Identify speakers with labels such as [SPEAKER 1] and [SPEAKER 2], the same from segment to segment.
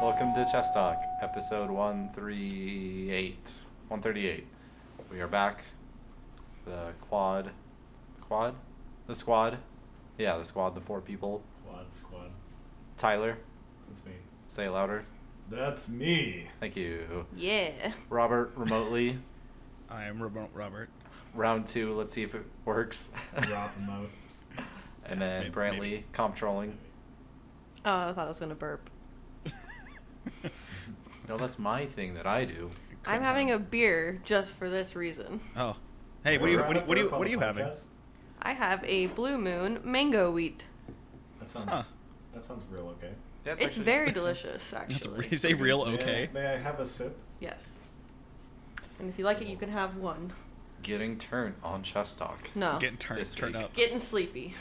[SPEAKER 1] Welcome to Chess Talk, episode 138. 138. We are back. The quad. Quad? The squad. Yeah, the squad, the four people.
[SPEAKER 2] Quad squad.
[SPEAKER 1] Tyler,
[SPEAKER 2] That's me.
[SPEAKER 1] say it louder.
[SPEAKER 2] That's me.
[SPEAKER 1] Thank you.
[SPEAKER 3] Yeah.
[SPEAKER 1] Robert, remotely.
[SPEAKER 4] I am Rob- Robert.
[SPEAKER 1] Round two, let's see if it works.
[SPEAKER 2] Drop him out.
[SPEAKER 1] And then
[SPEAKER 4] May-
[SPEAKER 1] Brantley,
[SPEAKER 4] maybe.
[SPEAKER 1] comp trolling.
[SPEAKER 3] Oh, I thought I was gonna burp.
[SPEAKER 1] No, that's my thing that I do.
[SPEAKER 3] I'm having a beer just for this reason.
[SPEAKER 4] Oh, hey, what are you? What are you? What are you, what are you having?
[SPEAKER 2] Podcast?
[SPEAKER 3] I have a Blue Moon mango wheat.
[SPEAKER 2] That sounds.
[SPEAKER 4] Huh.
[SPEAKER 2] That sounds real okay.
[SPEAKER 1] That's
[SPEAKER 3] it's
[SPEAKER 1] actually-
[SPEAKER 3] very delicious,
[SPEAKER 4] That's
[SPEAKER 3] actually.
[SPEAKER 4] re- is a real
[SPEAKER 2] May I-
[SPEAKER 4] okay.
[SPEAKER 2] May I, have a sip?
[SPEAKER 3] Yes. And if you like it, you can have one.
[SPEAKER 1] Getting turned on Chess Talk.
[SPEAKER 3] No.
[SPEAKER 4] Getting turned,
[SPEAKER 1] This
[SPEAKER 4] turned
[SPEAKER 1] week.
[SPEAKER 4] up.
[SPEAKER 3] Getting sleepy.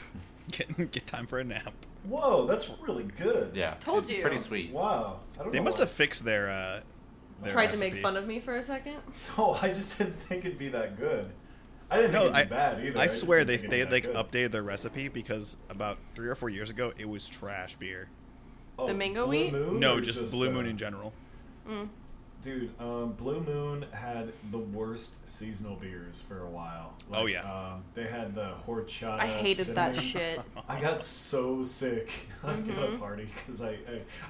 [SPEAKER 4] Get, get time for a nap.
[SPEAKER 2] Whoa, that's really good.
[SPEAKER 1] Yeah.
[SPEAKER 3] Told
[SPEAKER 1] it's
[SPEAKER 3] you.
[SPEAKER 1] Pretty sweet.
[SPEAKER 2] Wow. I don't
[SPEAKER 4] They
[SPEAKER 2] know
[SPEAKER 4] must
[SPEAKER 2] why-
[SPEAKER 4] have fixed their. uh their
[SPEAKER 3] Tried
[SPEAKER 4] recipe.
[SPEAKER 3] to make fun of me for a second.
[SPEAKER 2] No, I just didn't think it'd be that good. I didn't
[SPEAKER 4] No,
[SPEAKER 2] think
[SPEAKER 4] I,
[SPEAKER 2] it'd be bad either.
[SPEAKER 4] I
[SPEAKER 2] just
[SPEAKER 4] swear they
[SPEAKER 2] didn't
[SPEAKER 4] they
[SPEAKER 2] think
[SPEAKER 4] like
[SPEAKER 2] it'd be that good.
[SPEAKER 4] updated their recipe because about three or four years ago it was trash beer.
[SPEAKER 2] Oh,
[SPEAKER 3] The mango
[SPEAKER 2] Blue
[SPEAKER 3] wheat?
[SPEAKER 2] Moon
[SPEAKER 4] no,
[SPEAKER 2] or
[SPEAKER 4] just, Blue
[SPEAKER 2] uh,
[SPEAKER 4] Moon in general.
[SPEAKER 3] Mm.
[SPEAKER 2] Dude, um, Blue Moon had the worst seasonal beers for a while.
[SPEAKER 4] Oh, yeah.
[SPEAKER 2] Um, they had the horchata.
[SPEAKER 3] I hated that
[SPEAKER 2] Uh, cinnamon-
[SPEAKER 3] shit.
[SPEAKER 2] I got so sick at a
[SPEAKER 3] Mhm.
[SPEAKER 2] party because I, I,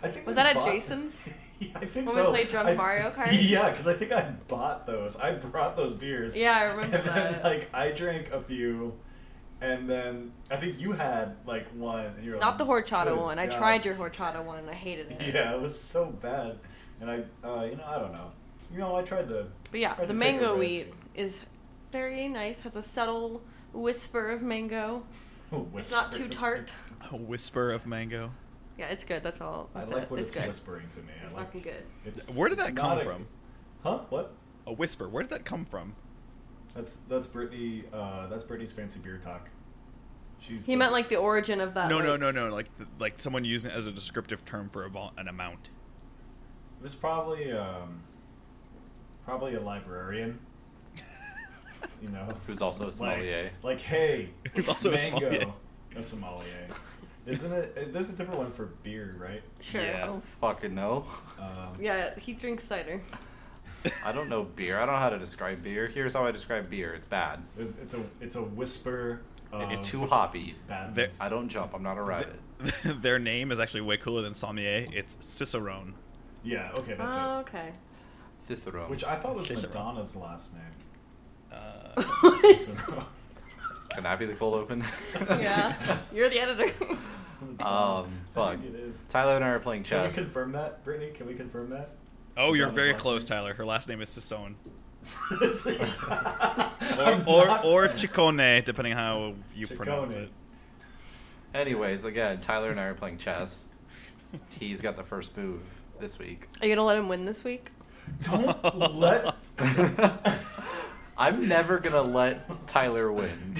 [SPEAKER 2] I think
[SPEAKER 3] Was
[SPEAKER 2] I
[SPEAKER 3] that at
[SPEAKER 2] bought-
[SPEAKER 3] Jason's?
[SPEAKER 2] Yeah, I think
[SPEAKER 3] When we
[SPEAKER 2] so.
[SPEAKER 3] played Drunk
[SPEAKER 2] I-
[SPEAKER 3] Mario Kart?
[SPEAKER 2] Yeah, because I think I bought those. I brought those beers.
[SPEAKER 3] Yeah, I remember
[SPEAKER 2] and then,
[SPEAKER 3] that.
[SPEAKER 2] Like I drank a few, and then I think you had like one. And you were
[SPEAKER 3] Not the
[SPEAKER 2] like,
[SPEAKER 3] horchata
[SPEAKER 2] "Good
[SPEAKER 3] one. I
[SPEAKER 2] God."
[SPEAKER 3] tried your horchata one and I hated it.
[SPEAKER 2] Yeah, it was so bad, and I, uh, you know, I don't know. You know, I tried to.
[SPEAKER 3] But yeah,
[SPEAKER 2] tried
[SPEAKER 3] the
[SPEAKER 2] to take a
[SPEAKER 3] mango
[SPEAKER 2] risk.
[SPEAKER 3] wheat is very nice. Has a subtle whisper of mango. It's not too
[SPEAKER 2] Whisper.
[SPEAKER 3] tart.
[SPEAKER 4] A whisper of mango.
[SPEAKER 3] Yeah, it's good. That's all.
[SPEAKER 2] I
[SPEAKER 3] That's
[SPEAKER 2] like
[SPEAKER 3] it.
[SPEAKER 2] what
[SPEAKER 3] it's
[SPEAKER 2] it's,
[SPEAKER 3] good.
[SPEAKER 2] whispering to me. I
[SPEAKER 3] It's
[SPEAKER 2] like-
[SPEAKER 3] fucking good.
[SPEAKER 2] it's-
[SPEAKER 4] Where did
[SPEAKER 2] it's
[SPEAKER 4] that come
[SPEAKER 2] not a-
[SPEAKER 4] from?
[SPEAKER 2] Huh? What?
[SPEAKER 4] A whisper. Where did that come from?
[SPEAKER 2] That's that's Brittany. Uh, that's Brittany's fancy beer talk. She's.
[SPEAKER 3] He meant like the origin of that.
[SPEAKER 4] no, no,
[SPEAKER 3] Uh, like-
[SPEAKER 4] no, no. Like th- like someone using it as a descriptive term for a vol- an amount.
[SPEAKER 2] It was probably um, probably a librarian. You know,
[SPEAKER 1] Who's also a sommelier.
[SPEAKER 2] Like, like hey,
[SPEAKER 4] He's also a
[SPEAKER 2] mango.
[SPEAKER 4] sommelier.
[SPEAKER 2] A sommelier. Isn't it? uh, There's a different one for beer, right?
[SPEAKER 3] Sure.
[SPEAKER 4] Yeah.
[SPEAKER 3] Oh,
[SPEAKER 1] Fucking no.
[SPEAKER 2] Um,
[SPEAKER 3] Yeah, he drinks cider.
[SPEAKER 1] I don't know beer. I don't know how to describe beer. Here's how I describe beer. It's bad.
[SPEAKER 2] It's, it's a it's a whisper. Of
[SPEAKER 1] It's too hoppy.
[SPEAKER 2] badness.
[SPEAKER 1] I don't jump. I'm not a rabbit.
[SPEAKER 4] Th- Their name is actually way cooler than sommelier. It's Cicerone.
[SPEAKER 2] Yeah. Okay, that's
[SPEAKER 3] Oh,
[SPEAKER 2] it.
[SPEAKER 3] okay.
[SPEAKER 1] Cicero.
[SPEAKER 2] Which I thought was
[SPEAKER 4] Cicero.
[SPEAKER 2] Madonna's last name.
[SPEAKER 4] Uh,
[SPEAKER 2] Cicero.
[SPEAKER 1] Can that be the cold open?
[SPEAKER 3] yeah, you're the editor.
[SPEAKER 1] Um,
[SPEAKER 2] I
[SPEAKER 1] fuck.
[SPEAKER 2] think it is.
[SPEAKER 1] Tyler and I are playing
[SPEAKER 2] Can we
[SPEAKER 1] chess.
[SPEAKER 2] confirm that, Brittany? Can we confirm that?
[SPEAKER 4] oh, you're
[SPEAKER 2] Madonna's
[SPEAKER 4] very
[SPEAKER 2] last
[SPEAKER 4] close,
[SPEAKER 2] name?
[SPEAKER 4] Tyler. Her last name is Sison. Or
[SPEAKER 2] I'm
[SPEAKER 4] or,
[SPEAKER 2] not-
[SPEAKER 4] or Ciccone, depending how you
[SPEAKER 2] Ciccone.
[SPEAKER 4] pronounce it.
[SPEAKER 1] Anyways, again, Tyler and I are playing chess. He's got the first move this week.
[SPEAKER 3] Are you gonna let him win this week?
[SPEAKER 2] Don't let.
[SPEAKER 1] I'm never gonna let Tyler win.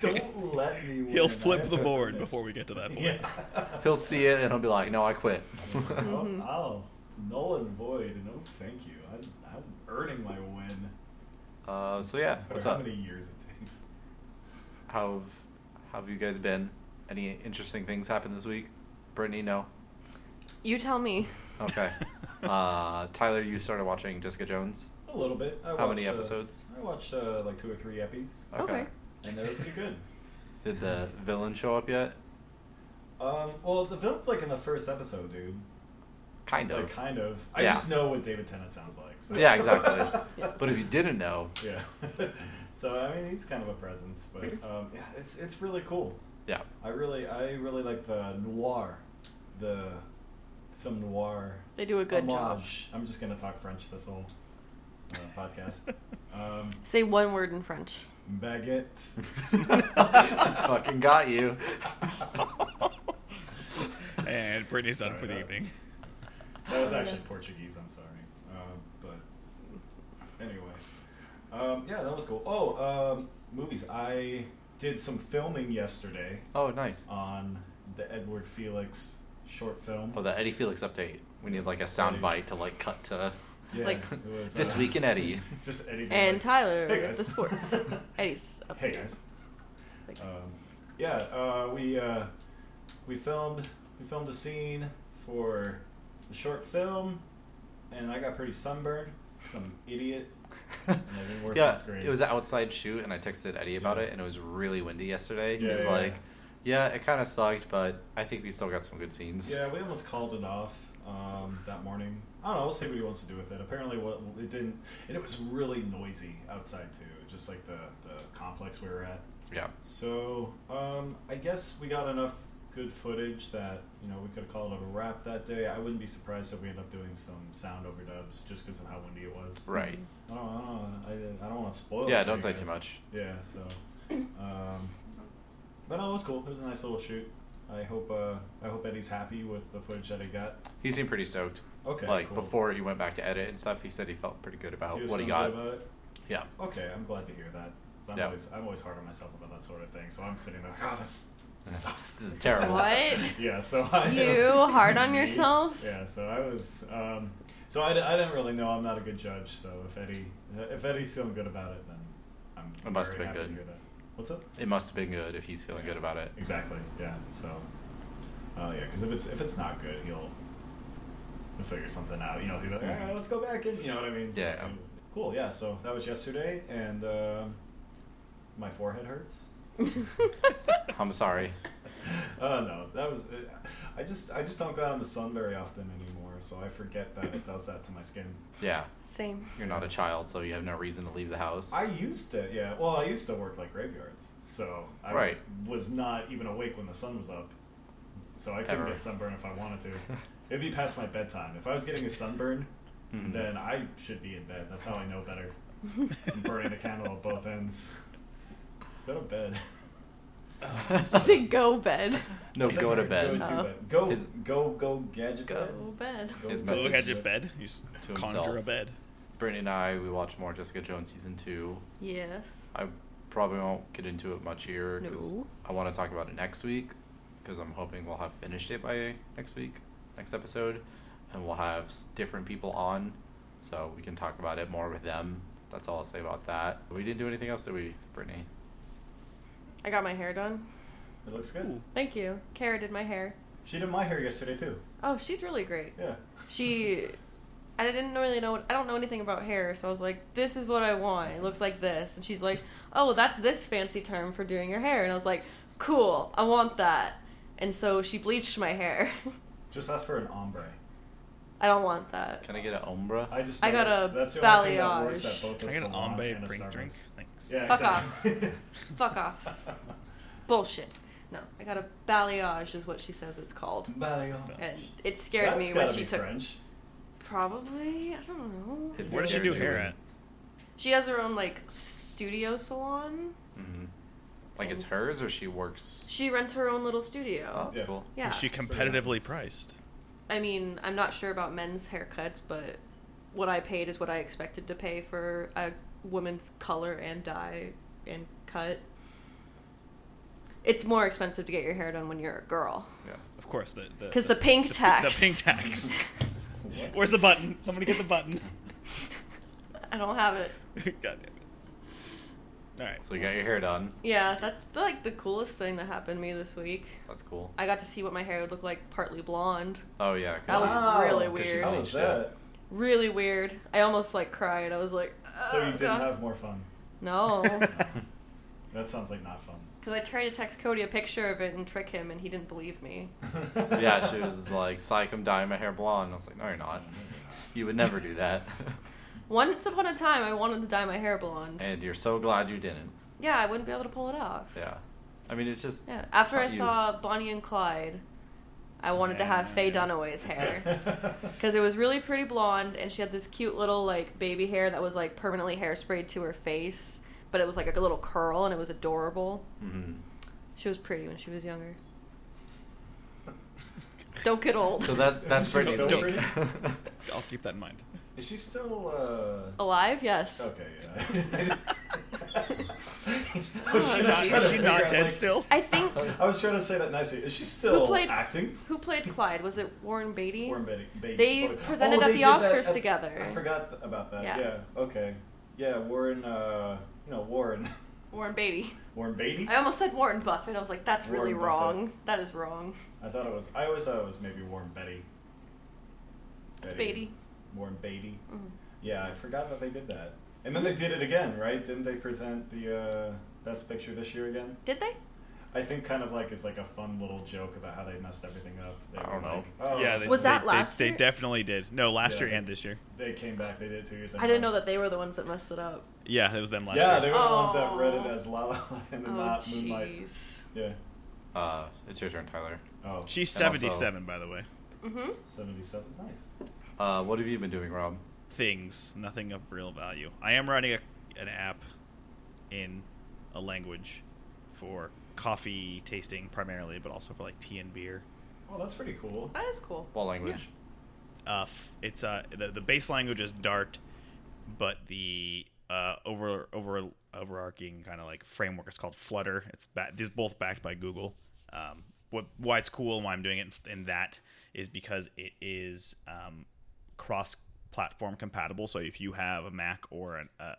[SPEAKER 2] Don't let me. Win.
[SPEAKER 4] He'll
[SPEAKER 2] I
[SPEAKER 4] flip
[SPEAKER 2] have
[SPEAKER 4] the
[SPEAKER 2] to-
[SPEAKER 4] board before we get to that point.
[SPEAKER 2] Yeah.
[SPEAKER 1] He'll see it and he'll be like, "No, I quit."
[SPEAKER 2] I'll,
[SPEAKER 1] Mm-hmm.
[SPEAKER 3] Mhm.
[SPEAKER 2] I'll null and void. No, thank you. I, I'm earning my win.
[SPEAKER 1] uh, so yeah,
[SPEAKER 2] No matter
[SPEAKER 1] what's
[SPEAKER 2] how
[SPEAKER 1] up?
[SPEAKER 2] many years it takes.
[SPEAKER 1] How how have you guys been? Any interesting things happened this week? Brittany, no.
[SPEAKER 3] You tell me.
[SPEAKER 2] Oh.
[SPEAKER 1] Okay. uh, Tyler, you started watching Jessica Jones.
[SPEAKER 2] A little bit. I
[SPEAKER 1] How
[SPEAKER 2] watched,
[SPEAKER 1] many
[SPEAKER 2] uh,
[SPEAKER 1] episodes?
[SPEAKER 2] I watched uh, like two or three eppies,
[SPEAKER 3] Okay.
[SPEAKER 2] and they were pretty good.
[SPEAKER 1] Did the villain show up yet?
[SPEAKER 2] Um, well, the film's like in the first episode, dude.
[SPEAKER 1] Kind of.
[SPEAKER 2] Like, kind of. I
[SPEAKER 1] Yeah.
[SPEAKER 2] just know what David Tennant sounds like. So.
[SPEAKER 1] Yeah, exactly.
[SPEAKER 3] Yeah.
[SPEAKER 1] But if you didn't know,
[SPEAKER 2] Yeah. so I mean, he's kind of a presence, but um, yeah, it's it's really cool.
[SPEAKER 1] yeah,
[SPEAKER 2] I really I really like the noir, the film noir.
[SPEAKER 3] They do a good
[SPEAKER 2] homage. I'm just gonna talk French this whole uh, podcast. um,
[SPEAKER 3] job. Say one word in French.
[SPEAKER 2] baguette.
[SPEAKER 1] fucking got you.
[SPEAKER 4] and Brittany's done for the
[SPEAKER 2] Sorry, that-
[SPEAKER 4] evening.
[SPEAKER 2] That was actually Portuguese. I'm sorry, um, but anyway, um, yeah, that was cool. Oh, um, movies. I did some filming yesterday
[SPEAKER 1] Oh, nice.
[SPEAKER 2] on the Edward Felix short film.
[SPEAKER 1] Oh, the Eddie Felix update. We need like a sound bite to like cut to
[SPEAKER 2] Yeah,
[SPEAKER 3] Like-
[SPEAKER 2] it was,
[SPEAKER 1] this
[SPEAKER 2] uh,
[SPEAKER 1] week in Eddie.
[SPEAKER 2] Just anything.
[SPEAKER 3] And
[SPEAKER 2] like-
[SPEAKER 3] Tyler,
[SPEAKER 2] Hey,
[SPEAKER 3] with
[SPEAKER 2] guys.
[SPEAKER 3] the sports. Eddie's up
[SPEAKER 2] Hey
[SPEAKER 3] there.
[SPEAKER 2] guys.
[SPEAKER 3] Like,
[SPEAKER 2] Um, yeah, uh, we uh, we filmed we filmed a scene for a short film, and I got pretty sunburned. Some idiot. been worse
[SPEAKER 1] yeah,
[SPEAKER 2] since grade.
[SPEAKER 1] it was an outside shoot, and I texted Eddie about
[SPEAKER 2] Yeah.
[SPEAKER 1] it, and it was really windy yesterday. He
[SPEAKER 2] Yeah,
[SPEAKER 1] was
[SPEAKER 2] yeah,
[SPEAKER 1] like, "Yeah, it kind of sucked, but I think we still got some good scenes."
[SPEAKER 2] Yeah, we almost called it off um, that morning. I don't know. We'll see what he wants to do with it. Apparently, what it didn't, and it was really noisy outside too, just like the the complex we were at.
[SPEAKER 1] yeah.
[SPEAKER 2] So um, I guess we got enough good footage that you know we could have called it a wrap that day. I wouldn't be surprised if we end up doing some sound overdubs just because of how windy it was.
[SPEAKER 1] Right.
[SPEAKER 2] I don't, I don't, I, I don't want to spoil. it
[SPEAKER 1] Yeah,
[SPEAKER 2] for
[SPEAKER 1] don't
[SPEAKER 2] you
[SPEAKER 1] say
[SPEAKER 2] guys.
[SPEAKER 1] too much.
[SPEAKER 2] Yeah. So, um, but no, it was cool. It was a nice little shoot. I hope uh, I hope Eddie's happy with the footage that he got.
[SPEAKER 1] He seemed pretty stoked.
[SPEAKER 2] Okay.
[SPEAKER 1] like
[SPEAKER 2] cool.
[SPEAKER 1] before he went back to edit and stuff, he said he felt pretty good about
[SPEAKER 2] He was
[SPEAKER 1] what he
[SPEAKER 2] feeling
[SPEAKER 1] got.
[SPEAKER 2] good about it?
[SPEAKER 1] Yeah.
[SPEAKER 2] Okay, I'm glad to hear that. 'Cause I'm,
[SPEAKER 1] Yeah.
[SPEAKER 2] always, I'm always hard on myself about that sort of thing. So I'm sitting there, like, oh, this sucks.
[SPEAKER 1] This is terrible.
[SPEAKER 3] What?
[SPEAKER 2] yeah, so I
[SPEAKER 3] You hard on
[SPEAKER 2] Me?
[SPEAKER 3] yourself?
[SPEAKER 2] Yeah, so I was. Um, so I, d- I didn't really know. I'm not a good judge. So if Eddie if Eddie's feeling good about it, then I'm
[SPEAKER 1] It must
[SPEAKER 2] very
[SPEAKER 1] have
[SPEAKER 2] happy
[SPEAKER 1] been
[SPEAKER 2] to
[SPEAKER 1] good.
[SPEAKER 2] hear that. What's up?
[SPEAKER 1] It must have been good if he's feeling
[SPEAKER 2] Yeah.
[SPEAKER 1] good about it.
[SPEAKER 2] Exactly. Yeah. So. Uh, yeah, because if it's if it's not good, he'll, he'll figure something out. You know, he'll be like, all right, let's go back and you know what I mean. So,
[SPEAKER 1] Mm-hmm. Yeah.
[SPEAKER 2] cool. Yeah. So that was yesterday, and um my forehead hurts.
[SPEAKER 1] I'm sorry.
[SPEAKER 2] Uh, no, that was. uh, I just I just don't go out in the sun very often anymore, so I forget that it does that to my skin.
[SPEAKER 1] Yeah,
[SPEAKER 3] Same.
[SPEAKER 1] you're not a child, so you have no reason to leave the house.
[SPEAKER 2] I used to, yeah. Well, I used to work like graveyards, so I
[SPEAKER 1] Right.
[SPEAKER 2] was not even awake when the sun was up. So I couldn't
[SPEAKER 1] Ever.
[SPEAKER 2] get sunburn if I wanted to. It'd be past my bedtime. If I was getting a sunburn,
[SPEAKER 1] Mhm.
[SPEAKER 2] then I should be in bed. That's how I know better. I'm burning the candle at both ends. Go to bed.
[SPEAKER 3] Say go bed.
[SPEAKER 1] no,
[SPEAKER 2] Is that
[SPEAKER 1] go to
[SPEAKER 2] weird?
[SPEAKER 1] bed.
[SPEAKER 2] Go, to
[SPEAKER 3] Oh.
[SPEAKER 2] bed. go,
[SPEAKER 1] Is-
[SPEAKER 2] go, go, gadget bed.
[SPEAKER 3] Go bed.
[SPEAKER 2] Go
[SPEAKER 1] His message-
[SPEAKER 2] to
[SPEAKER 4] Go look at
[SPEAKER 1] messages
[SPEAKER 4] your bed. You s-
[SPEAKER 1] to himself.
[SPEAKER 4] conjure a bed.
[SPEAKER 1] Brittany and I, we watched more Jessica Jones season two.
[SPEAKER 3] Yes.
[SPEAKER 1] I probably won't get into it much here because
[SPEAKER 3] No.
[SPEAKER 1] I want to talk about it next week because I'm hoping we'll have finished it by next week, next episode, and we'll have s- different people on so we can talk about it more with them. That's all I'll say about that. We didn't do anything else, did we, Brittany?
[SPEAKER 3] I got my hair done.
[SPEAKER 2] It looks good.
[SPEAKER 4] Ooh.
[SPEAKER 3] Thank you. Kara did my hair.
[SPEAKER 2] She did my hair yesterday too.
[SPEAKER 3] Oh, she's really great.
[SPEAKER 2] Yeah.
[SPEAKER 3] She. I didn't really know. I don't know anything about hair, so I was like, "This is what I want. It looks like this." And she's like, "Oh, well, that's this fancy term for doing your hair." And I was like, "Cool, I want that." And so she bleached my hair.
[SPEAKER 2] Just ask for an ombre.
[SPEAKER 3] I don't want that.
[SPEAKER 1] Can I get an ombre?
[SPEAKER 2] I just
[SPEAKER 3] I got
[SPEAKER 2] noticed
[SPEAKER 3] a
[SPEAKER 2] that's the only thing that
[SPEAKER 3] balayage.
[SPEAKER 2] works at both
[SPEAKER 4] Can
[SPEAKER 2] a
[SPEAKER 4] I get an
[SPEAKER 2] salon
[SPEAKER 4] ombre
[SPEAKER 2] and a
[SPEAKER 4] brink
[SPEAKER 2] Starbucks.
[SPEAKER 4] drink? Thanks.
[SPEAKER 2] Yeah,
[SPEAKER 3] Fuck
[SPEAKER 2] exactly.
[SPEAKER 3] Fuck off. Bullshit. No, I got a balayage, is what she says it's called.
[SPEAKER 2] Balayage.
[SPEAKER 3] And it scared
[SPEAKER 2] That's
[SPEAKER 3] me when
[SPEAKER 2] gotta
[SPEAKER 3] she
[SPEAKER 2] be
[SPEAKER 3] took.
[SPEAKER 2] French.
[SPEAKER 3] Probably, I don't know.
[SPEAKER 1] It's
[SPEAKER 4] Where does she
[SPEAKER 1] scary
[SPEAKER 4] do
[SPEAKER 1] to
[SPEAKER 4] hair
[SPEAKER 1] me.
[SPEAKER 4] at?
[SPEAKER 3] She has her own like studio salon.
[SPEAKER 1] hmm Like it's
[SPEAKER 3] And-
[SPEAKER 1] hers or she works?
[SPEAKER 3] She rents her own little
[SPEAKER 1] Oh,
[SPEAKER 3] studio.
[SPEAKER 1] that's
[SPEAKER 2] Yeah.
[SPEAKER 1] cool.
[SPEAKER 3] Yeah.
[SPEAKER 4] Is she
[SPEAKER 2] That's pretty
[SPEAKER 4] competitively priced?
[SPEAKER 3] I mean, I'm not sure about men's haircuts, but what I paid is what I expected to pay for a woman's color and dye and cut. It's more expensive to get your hair done when you're a girl.
[SPEAKER 1] Yeah.
[SPEAKER 4] Of course. The the,
[SPEAKER 3] 'Cause the pink
[SPEAKER 4] pi-
[SPEAKER 3] tax.
[SPEAKER 4] The pink tax.
[SPEAKER 2] What?
[SPEAKER 4] Where's the button? Somebody get the button.
[SPEAKER 3] I don't have it.
[SPEAKER 4] God damn it. All right.
[SPEAKER 1] So you got your hair done.
[SPEAKER 3] Yeah, that's like the coolest thing that happened to me this week.
[SPEAKER 1] That's cool.
[SPEAKER 3] I got to see what my hair would look like partly blonde.
[SPEAKER 1] Oh yeah. 'cause
[SPEAKER 3] That was
[SPEAKER 1] she-
[SPEAKER 3] Wow.
[SPEAKER 4] Oh,
[SPEAKER 3] really
[SPEAKER 1] 'cause she
[SPEAKER 3] weird.
[SPEAKER 2] How was
[SPEAKER 1] bleached it.
[SPEAKER 2] Oh, that?
[SPEAKER 3] Really weird. I almost like cried. I was like,
[SPEAKER 2] So
[SPEAKER 3] "Oh,
[SPEAKER 2] you didn't
[SPEAKER 3] God."
[SPEAKER 2] have more fun.
[SPEAKER 3] No.
[SPEAKER 2] That sounds like not fun.
[SPEAKER 3] Because I tried to text Cody a picture of it and trick him, and he didn't believe me.
[SPEAKER 1] yeah, she was like, "Psych, I'm dyeing my hair blonde." I was like, "No, you're not.
[SPEAKER 2] Mm-hmm.
[SPEAKER 1] You would never do that."
[SPEAKER 3] Once upon a time, I wanted to dye my hair blonde.
[SPEAKER 1] and you're so glad you didn't.
[SPEAKER 3] yeah, I wouldn't be able to pull it off.
[SPEAKER 1] Yeah, I mean, it's just
[SPEAKER 3] Yeah. After I
[SPEAKER 1] Not you.
[SPEAKER 3] saw Bonnie and Clyde, I wanted to have Faye
[SPEAKER 4] Yeah.
[SPEAKER 3] Dunaway's hair. Because it was really pretty blonde, and she had this cute little, like, baby hair that was, like, permanently hairsprayed to her face. But it was, like, a little curl, and it was adorable.
[SPEAKER 2] Mm-hmm.
[SPEAKER 1] mhm.
[SPEAKER 3] She was pretty when she was younger. Don't get old.
[SPEAKER 1] So that that's
[SPEAKER 2] She's
[SPEAKER 1] Brittany's
[SPEAKER 4] still
[SPEAKER 1] week.
[SPEAKER 2] pretty.
[SPEAKER 4] I'll keep that in mind.
[SPEAKER 2] Is she still? uh
[SPEAKER 3] Alive? Yes.
[SPEAKER 2] Okay. Yeah.
[SPEAKER 4] Oh, Is she not,
[SPEAKER 3] she's
[SPEAKER 4] is she
[SPEAKER 3] trying to
[SPEAKER 4] not dead still?
[SPEAKER 3] I think.
[SPEAKER 2] I was trying to say that nicely. Is she still
[SPEAKER 3] who played
[SPEAKER 2] acting?
[SPEAKER 3] Who played Clyde? Was it Warren Beatty?
[SPEAKER 2] Warren Beatty. Beatty.
[SPEAKER 3] They
[SPEAKER 2] Oh,
[SPEAKER 3] presented at
[SPEAKER 2] they
[SPEAKER 3] the
[SPEAKER 2] did that
[SPEAKER 3] Oscars together.
[SPEAKER 2] I forgot th- about that. Yeah.
[SPEAKER 3] Yeah.
[SPEAKER 2] Okay. Yeah, Warren. Uh, you know Warren.
[SPEAKER 3] Warren Beatty.
[SPEAKER 2] Warren Beatty.
[SPEAKER 3] I almost said Warren Buffett. I was like, that's really
[SPEAKER 2] Warren
[SPEAKER 3] wrong. That is wrong.
[SPEAKER 2] I thought it was. I always thought it was maybe Warren Betty.
[SPEAKER 3] It's
[SPEAKER 2] Beatty.
[SPEAKER 3] Beatty.
[SPEAKER 2] Warren Beatty.
[SPEAKER 3] Mhm.
[SPEAKER 2] Yeah, I forgot that they did that. And then they did it again, right? Didn't they present the uh, best picture this year again?
[SPEAKER 3] Did they?
[SPEAKER 2] I think kind of like it's like a fun little joke about how they messed everything up. They
[SPEAKER 1] I
[SPEAKER 2] were
[SPEAKER 1] don't know.
[SPEAKER 2] like, oh,
[SPEAKER 4] yeah,
[SPEAKER 2] it's
[SPEAKER 4] they,
[SPEAKER 2] a
[SPEAKER 3] Was
[SPEAKER 4] they-
[SPEAKER 3] that
[SPEAKER 4] they-
[SPEAKER 3] last
[SPEAKER 4] they,
[SPEAKER 3] year?
[SPEAKER 4] definitely did. No, last
[SPEAKER 2] Yeah.
[SPEAKER 4] year and this year.
[SPEAKER 2] They came back. They did it two years. in
[SPEAKER 3] I
[SPEAKER 2] a
[SPEAKER 3] didn't know
[SPEAKER 2] row.
[SPEAKER 3] that they were the ones that messed it up.
[SPEAKER 4] Yeah, it was them last
[SPEAKER 2] Yeah, they
[SPEAKER 4] year.
[SPEAKER 2] were the ones that read it
[SPEAKER 3] Aw.
[SPEAKER 2] as La La Land and
[SPEAKER 3] oh,
[SPEAKER 2] not Moonlight.
[SPEAKER 3] jeez.
[SPEAKER 2] Yeah.
[SPEAKER 1] Uh, it's your turn, Tyler.
[SPEAKER 2] Oh,
[SPEAKER 4] She's
[SPEAKER 1] And also-
[SPEAKER 4] 77, by the way.
[SPEAKER 3] Mm-hmm.
[SPEAKER 2] 77. Nice.
[SPEAKER 1] Uh, what have you been doing, Rob?
[SPEAKER 4] Things, nothing of real value. I am writing a, an app in a language for coffee tasting primarily, but also for like tea and beer.
[SPEAKER 2] Oh, that's pretty cool.
[SPEAKER 3] That is cool.
[SPEAKER 1] What language?
[SPEAKER 4] uh, f- it's uh, the, the base language is Dart, but the uh, over over overarching kind of like framework is called Flutter. It's ba- these both backed by Google. Um, what why it's cool and why I'm doing it in, in that is because it is um, cross platform compatible. So if you have a Mac or an, a, a,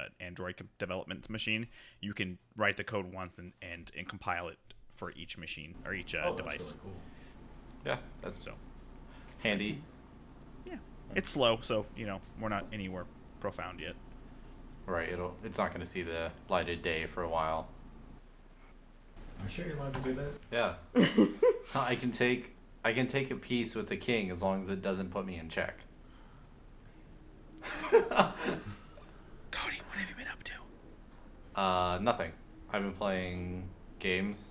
[SPEAKER 4] an Android com- development machine, you can write the code once and, and, and compile it for each machine or each uh,
[SPEAKER 2] oh,
[SPEAKER 4] device.
[SPEAKER 2] That's really cool.
[SPEAKER 1] Yeah, that's
[SPEAKER 4] So.
[SPEAKER 1] handy.
[SPEAKER 4] Yeah. It's slow, so you know, we're not anywhere profound yet.
[SPEAKER 1] Right, it'll it's not going to see the light of day for a while.
[SPEAKER 2] Are you sure you're allowed to do that?
[SPEAKER 1] Yeah, I can take I can take a piece with the king as long as it doesn't put me in check.
[SPEAKER 4] Cody, what have you been up to?
[SPEAKER 1] Uh, nothing. I've been playing games.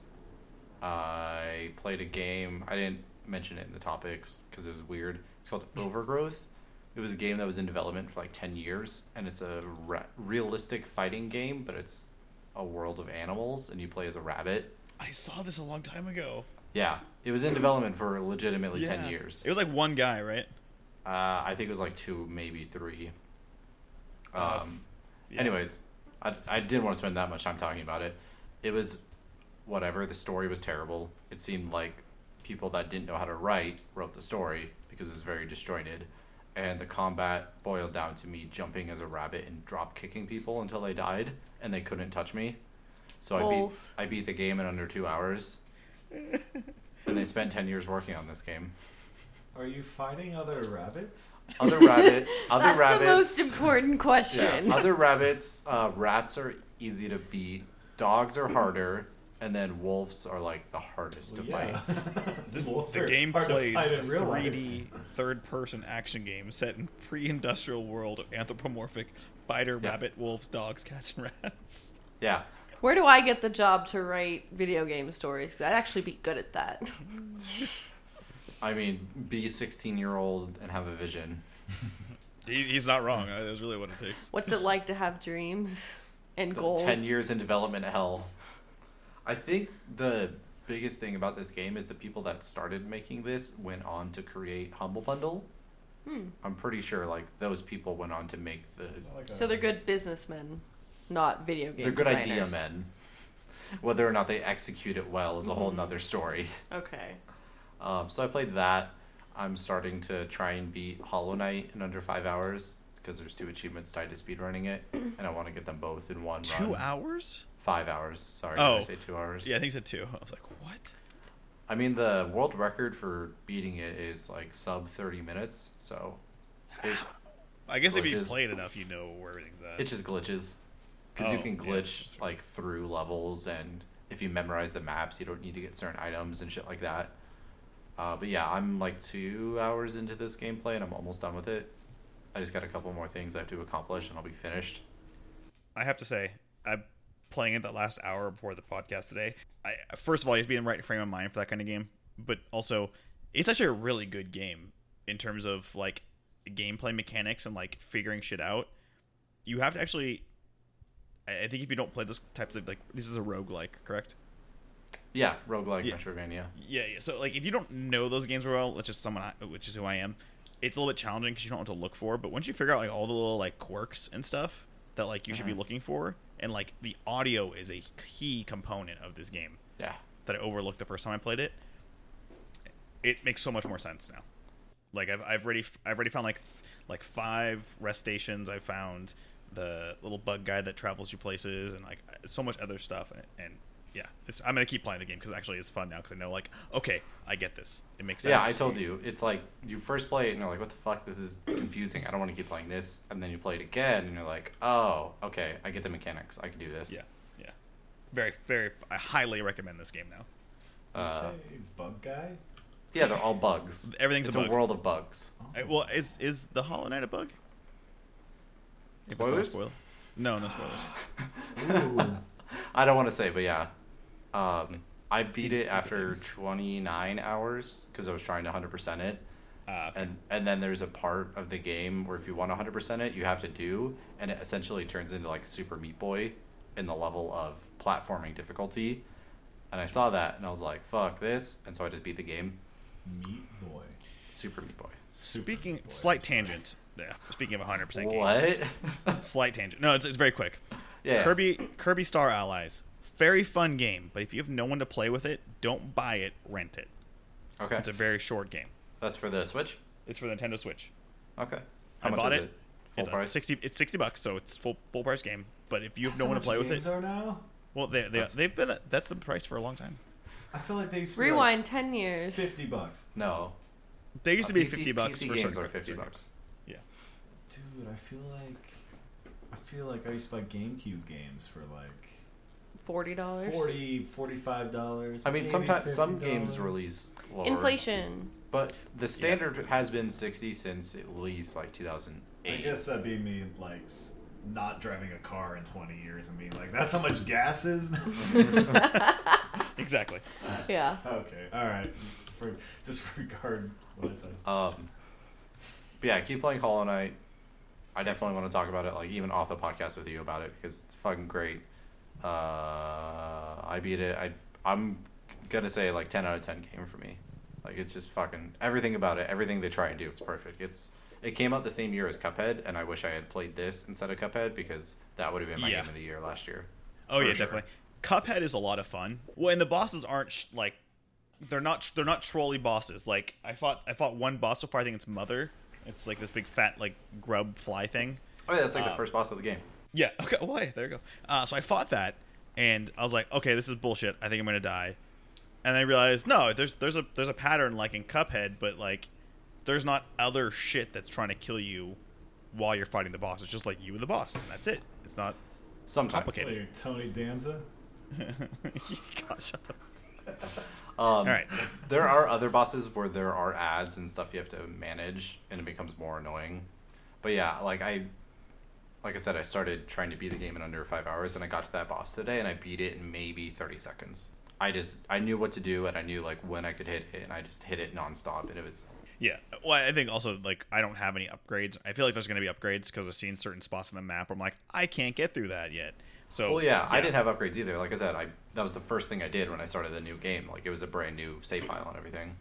[SPEAKER 1] I played a game. I didn't mention it in the topics because it was weird. It's called Overgrowth. It was a game that was in development for like 10 years, and it's a ra- realistic fighting game, but it's a world of animals, and you play as a rabbit.
[SPEAKER 4] I saw this a long time ago.
[SPEAKER 1] Yeah, it was in development for legitimately 10 years.
[SPEAKER 4] It was like one guy, right?
[SPEAKER 1] Uh, I think it was like two, maybe three. Um,
[SPEAKER 4] Uh, yeah.
[SPEAKER 1] Anyways, I, I didn't want to spend that much time talking about it. It was whatever. The story was terrible. It seemed like people that didn't know how to write wrote the story because it was very disjointed. And the combat boiled down to me jumping as a rabbit and drop kicking people until they died and they couldn't touch me. So I beat,
[SPEAKER 3] Balls.
[SPEAKER 1] I beat the game in under two hours. and they spent 10 years working on this game.
[SPEAKER 2] Are you fighting other rabbits?
[SPEAKER 1] Other rabbit, other
[SPEAKER 3] That's
[SPEAKER 1] rabbits.
[SPEAKER 3] the most important question.
[SPEAKER 1] Yeah. Other rabbits, uh, rats are easy to beat. Dogs are harder, and then wolves are like the hardest to
[SPEAKER 2] Well, yeah.
[SPEAKER 1] fight.
[SPEAKER 4] This,
[SPEAKER 2] Wolves
[SPEAKER 4] the
[SPEAKER 2] are
[SPEAKER 4] game
[SPEAKER 2] hard to
[SPEAKER 4] plays
[SPEAKER 2] fight
[SPEAKER 4] a
[SPEAKER 2] in real life.
[SPEAKER 4] 3D third-person action game set in pre-industrial world of anthropomorphic spider,
[SPEAKER 1] Yeah.
[SPEAKER 4] rabbit, wolves, dogs, cats, and rats.
[SPEAKER 1] Yeah.
[SPEAKER 3] Where do I get the job to write video game stories? 'Cause I'd actually be good at that.
[SPEAKER 1] I mean, be 16 year old and have a vision.
[SPEAKER 4] He, he's not wrong. Uh, That's really what it takes.
[SPEAKER 3] What's it like to have dreams and goals?
[SPEAKER 1] 10 years in development hell. I think the biggest thing about this game is the people that started making this went on to create Humble Bundle.
[SPEAKER 3] Hmm.
[SPEAKER 1] I'm pretty sure like those people went on to make the
[SPEAKER 2] It's not like
[SPEAKER 3] So
[SPEAKER 2] a-
[SPEAKER 3] they're good businessmen, not video game.
[SPEAKER 1] they're good idea
[SPEAKER 3] designers.
[SPEAKER 1] men. Whether or not they execute it well is a
[SPEAKER 3] Hmm.
[SPEAKER 1] whole nother story.
[SPEAKER 3] Okay.
[SPEAKER 1] Um, so I played that. I'm starting to try and beat Hollow Knight in under five hours because there's two achievements tied to speedrunning it, and I want to get them both in one run.
[SPEAKER 4] Two hours?
[SPEAKER 1] Five hours. Sorry,
[SPEAKER 4] Oh.
[SPEAKER 1] did I say two hours?
[SPEAKER 4] Yeah, I think it's a two. I was like, what?
[SPEAKER 1] I mean, the world record for beating it is like sub 30 minutes, so it,
[SPEAKER 4] I guess if you
[SPEAKER 1] Glitches.
[SPEAKER 4] play it enough, you know where everything's at.
[SPEAKER 1] it just glitches. Because you
[SPEAKER 4] Oh,
[SPEAKER 1] can
[SPEAKER 4] yeah,
[SPEAKER 1] glitch
[SPEAKER 4] that's
[SPEAKER 1] like through levels, and if you memorize the maps, you don't need to get certain items and shit like that. Uh, but yeah, I'm like two hours into this gameplay, and I'm almost done with it. I just got a couple more things I have to accomplish, and I'll be finished.
[SPEAKER 4] I have to say, I'm playing it that last hour before the podcast today. I first of all, you have to be in the right frame of mind for that kind of game, but also, it's actually a really good game in terms of like gameplay mechanics and like figuring shit out. You have to actually. I I think if you don't play this types of like this is a roguelike, correct?
[SPEAKER 1] Yeah, roguelike
[SPEAKER 4] Yeah.
[SPEAKER 1] Metroidvania.
[SPEAKER 4] Yeah, yeah. So like if you don't know those games very well, which is someone I, which is who I am, it's a little bit challenging because you don't know what to look for. But once you figure out like all the little like quirks and stuff that like you should be
[SPEAKER 1] Mhm.
[SPEAKER 4] looking for, and like the audio is a key component of this game
[SPEAKER 1] Yeah.
[SPEAKER 4] that I overlooked the first time I played it. It makes so much more sense now. Like I've I've already I've already found like th- like five rest stations. I uh, found the little bug guy that travels you places and like so much other stuff and, and yeah, it's, I'm gonna keep playing the game because actually it's fun now because I know like okay, I get this. It makes sense.
[SPEAKER 1] Yeah, I told you. It's like you first play it and you're like, what the fuck? This is confusing. I don't want to keep playing this. And then you play it again and you're like, oh, okay, I get the mechanics. I can do this.
[SPEAKER 4] Yeah, yeah. Very, very. I highly recommend this game now.
[SPEAKER 1] Uh,
[SPEAKER 2] you say bug guy?
[SPEAKER 1] yeah, they're all bugs.
[SPEAKER 4] Everything's
[SPEAKER 1] It's
[SPEAKER 4] a
[SPEAKER 1] a,
[SPEAKER 4] bug.
[SPEAKER 1] world of bugs.
[SPEAKER 4] Alright, Uh, well, is is the Hollow Knight a bug? If it's not a
[SPEAKER 1] Spoilers?
[SPEAKER 4] spoil- No, no spoilers.
[SPEAKER 2] Ooh.
[SPEAKER 1] I don't want to say, but yeah. Um, I beat it after 29 hours because I was trying to 100% it.
[SPEAKER 4] Uh, okay.
[SPEAKER 1] And, and then there's a part of the game where if you want 100% it, you have to do, and it essentially turns into like Super Meat Boy in the level of platforming difficulty. And I saw that and I was like, fuck this. And so I just beat the game.
[SPEAKER 2] Meat boy.
[SPEAKER 1] Super Meat Boy.
[SPEAKER 4] Speaking
[SPEAKER 2] Boy,
[SPEAKER 4] slight
[SPEAKER 2] I'm sorry.
[SPEAKER 4] tangent. Yeah, speaking of 100 percent games.
[SPEAKER 1] What?
[SPEAKER 4] Slight tangent. No, it's, it's very quick.
[SPEAKER 1] yeah.
[SPEAKER 4] Kirby Kirby Star Allies. Very fun game, but if you have no one to play with it, don't buy it, rent it.
[SPEAKER 1] Okay.
[SPEAKER 4] It's a very short game.
[SPEAKER 1] That's for the Switch?
[SPEAKER 4] It's for Nintendo Switch.
[SPEAKER 1] Okay.
[SPEAKER 4] I bought it.
[SPEAKER 1] Full
[SPEAKER 4] it's a
[SPEAKER 1] price.
[SPEAKER 4] 60 it's 60 bucks, so it's full full price game, but if you have
[SPEAKER 2] That's
[SPEAKER 4] no
[SPEAKER 2] how
[SPEAKER 4] one to
[SPEAKER 2] much
[SPEAKER 4] play with
[SPEAKER 2] games
[SPEAKER 4] it,
[SPEAKER 2] Are now?
[SPEAKER 4] well they, they
[SPEAKER 1] That's-
[SPEAKER 4] they've been that's the price for a long time.
[SPEAKER 2] I feel like they used to be like
[SPEAKER 3] Rewind ten years.
[SPEAKER 2] fifty bucks.
[SPEAKER 1] No.
[SPEAKER 4] They used to
[SPEAKER 1] Uh,
[SPEAKER 4] be
[SPEAKER 1] PC
[SPEAKER 4] 50 bucks
[SPEAKER 1] PC
[SPEAKER 4] for
[SPEAKER 1] games
[SPEAKER 4] certain
[SPEAKER 1] are
[SPEAKER 4] crypto
[SPEAKER 1] 50
[SPEAKER 4] games.
[SPEAKER 1] bucks.
[SPEAKER 4] Yeah.
[SPEAKER 2] Dude, I feel like I feel like I used to buy GameCube games for like
[SPEAKER 3] Forty dollars.
[SPEAKER 2] forty, forty-five dollars.
[SPEAKER 1] I mean,
[SPEAKER 2] maybe
[SPEAKER 1] sometimes some
[SPEAKER 2] $50.
[SPEAKER 1] games release lower,
[SPEAKER 3] Inflation.
[SPEAKER 1] but the standard has been sixty since at least like two thousand
[SPEAKER 2] I
[SPEAKER 1] eight.
[SPEAKER 2] guess that'd be me like s- not driving a car in twenty years and being like, "That's how much gas is."
[SPEAKER 4] Exactly.
[SPEAKER 3] Yeah.
[SPEAKER 2] okay, all right. For, disregard what I said.
[SPEAKER 1] Um, but yeah, keep playing Hollow Knight. I definitely want to talk about it, like even off the podcast with you about it because it's fucking great. Uh, I beat it. I I'm gonna say like ten out of ten game for me. Like it's just fucking everything about it. Everything they try and do, it's perfect. It's it came out the same year as Cuphead, and I wish I had played this instead of Cuphead because that would have been my
[SPEAKER 4] Yeah.
[SPEAKER 1] game of the year last year.
[SPEAKER 4] Oh
[SPEAKER 1] For
[SPEAKER 4] yeah,
[SPEAKER 1] sure.
[SPEAKER 4] definitely. Cuphead is a lot of fun. Well, and the bosses aren't sh- like they're not they're not trolley bosses. Like I fought I fought one boss so far. I think it's Mother. It's like this big fat like grub fly thing.
[SPEAKER 1] Oh yeah, that's like
[SPEAKER 4] Uh,
[SPEAKER 1] the first boss of the game.
[SPEAKER 4] Yeah. Okay. Well, hey, there you go. Uh, so I fought that, and I was like, okay, this is bullshit. I think I'm gonna die. And I realized no, there's there's a there's a pattern like in Cuphead, but like there's not other shit that's trying to kill you while you're fighting the boss. It's just like you and the boss. And that's it. It's not
[SPEAKER 1] Sometimes.
[SPEAKER 2] So
[SPEAKER 4] complicated.
[SPEAKER 2] you're Tony Danza.
[SPEAKER 4] God, shut up.
[SPEAKER 1] Um,
[SPEAKER 4] All right.
[SPEAKER 1] there are other bosses where there are ads and stuff you have to manage, and it becomes more annoying. But yeah, like I, like I said, I started trying to beat the game in under five hours, and I got to that boss today, and I beat it in maybe thirty seconds. I just I knew what to do, and I knew like when I could hit it, and I just hit it nonstop, and it was
[SPEAKER 4] Yeah. Well, I think also like I don't have any upgrades. I feel like there's going to be upgrades because I've seen certain spots on the map. Where I'm like, I can't get through that yet. So.
[SPEAKER 1] Well, Oh, yeah, I didn't have upgrades either. Like I said, I that was the first thing I did when I started the new game. Like it was a brand new save file and everything.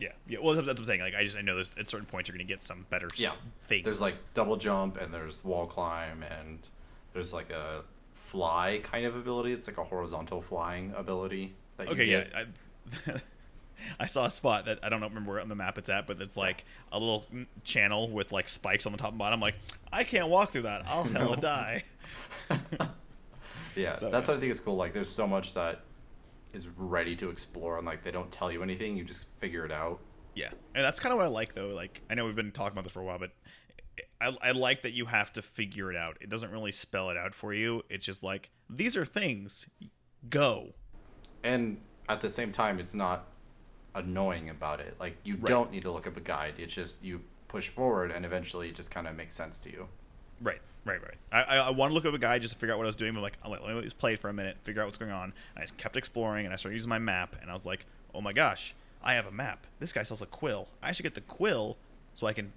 [SPEAKER 4] Yeah. Yeah. Well, that's, that's what I'm saying. Like, I just I know there's at certain points you're going to get some better s-
[SPEAKER 1] Yeah.
[SPEAKER 4] things.
[SPEAKER 1] There's like double jump and there's wall climb and there's like a fly kind of ability. It's like a horizontal flying ability. That you
[SPEAKER 4] okay, yeah.
[SPEAKER 1] get.
[SPEAKER 4] I, I saw a spot that I don't remember where on the map it's at, but it's like a little mm, channel with like spikes on the top and bottom. I'm like, I can't walk through that. I'll hella
[SPEAKER 1] No.
[SPEAKER 4] die.
[SPEAKER 1] Yeah,
[SPEAKER 4] So,
[SPEAKER 1] that's
[SPEAKER 4] yeah.
[SPEAKER 1] what I think is cool. Like there's so much that is ready to explore and like they don't tell you anything. You just figure it out.
[SPEAKER 4] Yeah, and that's kind of what I like though. Like I know we've been talking about this for a while, but I, I like that you have to figure it out. It doesn't really spell it out for you. It's just like these are things. Go.
[SPEAKER 1] And at the same time, it's not annoying about it. Like you
[SPEAKER 4] Right.
[SPEAKER 1] don't need to look up a guide. It's just you push forward and eventually it just kind of makes sense to you.
[SPEAKER 4] Right, right, right. I, I, I want to look up a guide just to figure out what I was doing, but like, I'm like, let me just play for a minute, figure out what's going on. And I just kept exploring, and I started using my map, and I was like, oh my gosh, I have a map. This guy sells a quill. I should get the quill so I can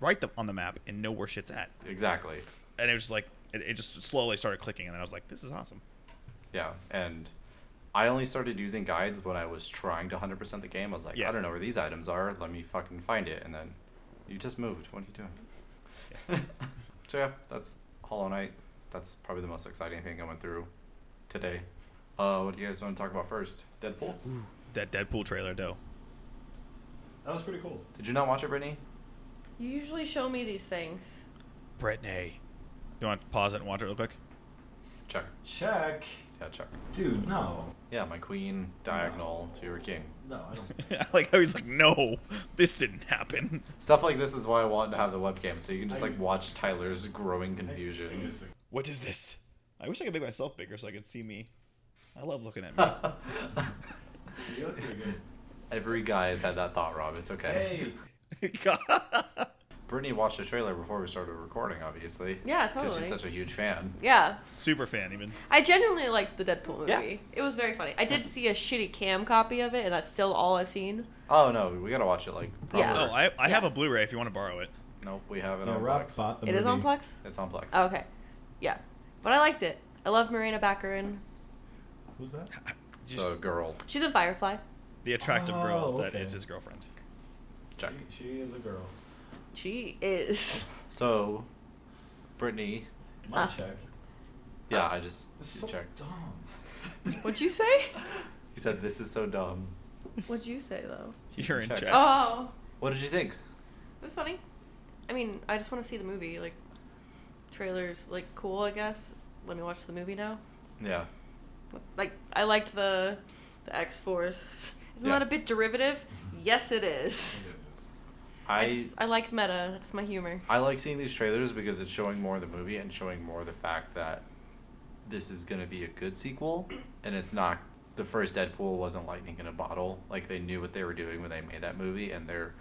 [SPEAKER 4] write them on the map and know where shit's at.
[SPEAKER 1] Exactly.
[SPEAKER 4] And it was just like, it, it just slowly started clicking, and then I was like, this is awesome.
[SPEAKER 1] Yeah, and I only started using guides when I was trying to 100% the game. I was like,
[SPEAKER 4] Yeah.
[SPEAKER 1] I don't know where these items are. Let me fucking find it. And then you just moved. What are you doing? so yeah, that's Hollow Knight. That's probably the most exciting thing I went through today. Uh, what do you guys want to talk about first? Deadpool.
[SPEAKER 4] That Deadpool trailer, though.
[SPEAKER 2] That was pretty cool.
[SPEAKER 1] Did you not watch it, Brittany?
[SPEAKER 3] You usually show me these things.
[SPEAKER 4] Brittany. You want to pause it and watch it real quick?
[SPEAKER 1] Check.
[SPEAKER 2] Check.
[SPEAKER 1] Yeah, check.
[SPEAKER 2] Dude, no.
[SPEAKER 1] Yeah, my queen diagonal to your king.
[SPEAKER 2] No, I don't think
[SPEAKER 4] I
[SPEAKER 2] so.
[SPEAKER 4] like how he's like, no, this didn't happen.
[SPEAKER 1] Stuff like this is why I want to have the webcam, so you can just
[SPEAKER 2] I-
[SPEAKER 1] like watch Tyler's growing
[SPEAKER 2] I- I
[SPEAKER 1] confusion.
[SPEAKER 2] disagree.
[SPEAKER 4] What is this? I wish I could make myself bigger so I could see me. I love looking at me.
[SPEAKER 2] You look pretty good.
[SPEAKER 1] Every guy has had that thought, Rob. It's okay.
[SPEAKER 2] Hey,
[SPEAKER 4] God.
[SPEAKER 1] Brittany watched the trailer before we started recording, obviously.
[SPEAKER 3] Yeah,
[SPEAKER 1] 'cause
[SPEAKER 3] totally.
[SPEAKER 1] She's such a huge fan.
[SPEAKER 3] yeah,
[SPEAKER 4] Super fan, even.
[SPEAKER 3] I genuinely liked the Deadpool movie.
[SPEAKER 1] Yeah.
[SPEAKER 3] It was very funny. I did see a shitty cam copy of it, and that's still all I've seen.
[SPEAKER 1] Oh no, we gotta watch it like.
[SPEAKER 3] Yeah.
[SPEAKER 1] proper.
[SPEAKER 4] Oh, I, I have
[SPEAKER 3] Yeah.
[SPEAKER 4] a Blu-ray if you want to borrow it.
[SPEAKER 1] Nope, we have it
[SPEAKER 2] no,
[SPEAKER 1] on
[SPEAKER 2] Rob
[SPEAKER 1] Plex.
[SPEAKER 2] bought
[SPEAKER 3] It
[SPEAKER 2] the
[SPEAKER 3] is
[SPEAKER 2] movie.
[SPEAKER 3] on Plex.
[SPEAKER 1] It's on Plex.
[SPEAKER 3] Oh, okay, yeah, but I liked it. I love Marina Baccarin.
[SPEAKER 2] Who's that?
[SPEAKER 4] Just
[SPEAKER 1] the girl.
[SPEAKER 3] She's in Firefly.
[SPEAKER 4] the attractive girl
[SPEAKER 2] Oh,
[SPEAKER 4] that
[SPEAKER 2] okay.
[SPEAKER 4] is his girlfriend.
[SPEAKER 1] Check.
[SPEAKER 2] She, she is a girl.
[SPEAKER 3] She is.
[SPEAKER 1] So, Brittany.
[SPEAKER 2] My
[SPEAKER 3] Ah.
[SPEAKER 2] check.
[SPEAKER 1] Yeah, I just
[SPEAKER 2] This is Uh, so
[SPEAKER 1] check.
[SPEAKER 2] dumb.
[SPEAKER 3] What'd you say?
[SPEAKER 1] He said, "This is so dumb."
[SPEAKER 3] What'd you say though?
[SPEAKER 4] You're in
[SPEAKER 1] Check.
[SPEAKER 4] check.
[SPEAKER 3] Oh,
[SPEAKER 1] What did you think?
[SPEAKER 3] it was funny. I mean, I just want to see the movie. Like, trailers, like, cool. I guess. Let me watch the movie now.
[SPEAKER 1] Yeah.
[SPEAKER 3] Like, I liked the the X Force. Isn't
[SPEAKER 1] Yeah.
[SPEAKER 3] that a bit derivative? Yes, it
[SPEAKER 2] It
[SPEAKER 3] is.
[SPEAKER 2] is.
[SPEAKER 3] I,
[SPEAKER 1] I
[SPEAKER 3] s- I like meta. That's my humor.
[SPEAKER 1] I like seeing these trailers because it's showing more of the movie and showing more of the fact that this is going to be a good sequel and it's not the first Deadpool wasn't lightning in a bottle. Like they knew what they were doing when they made that movie and they're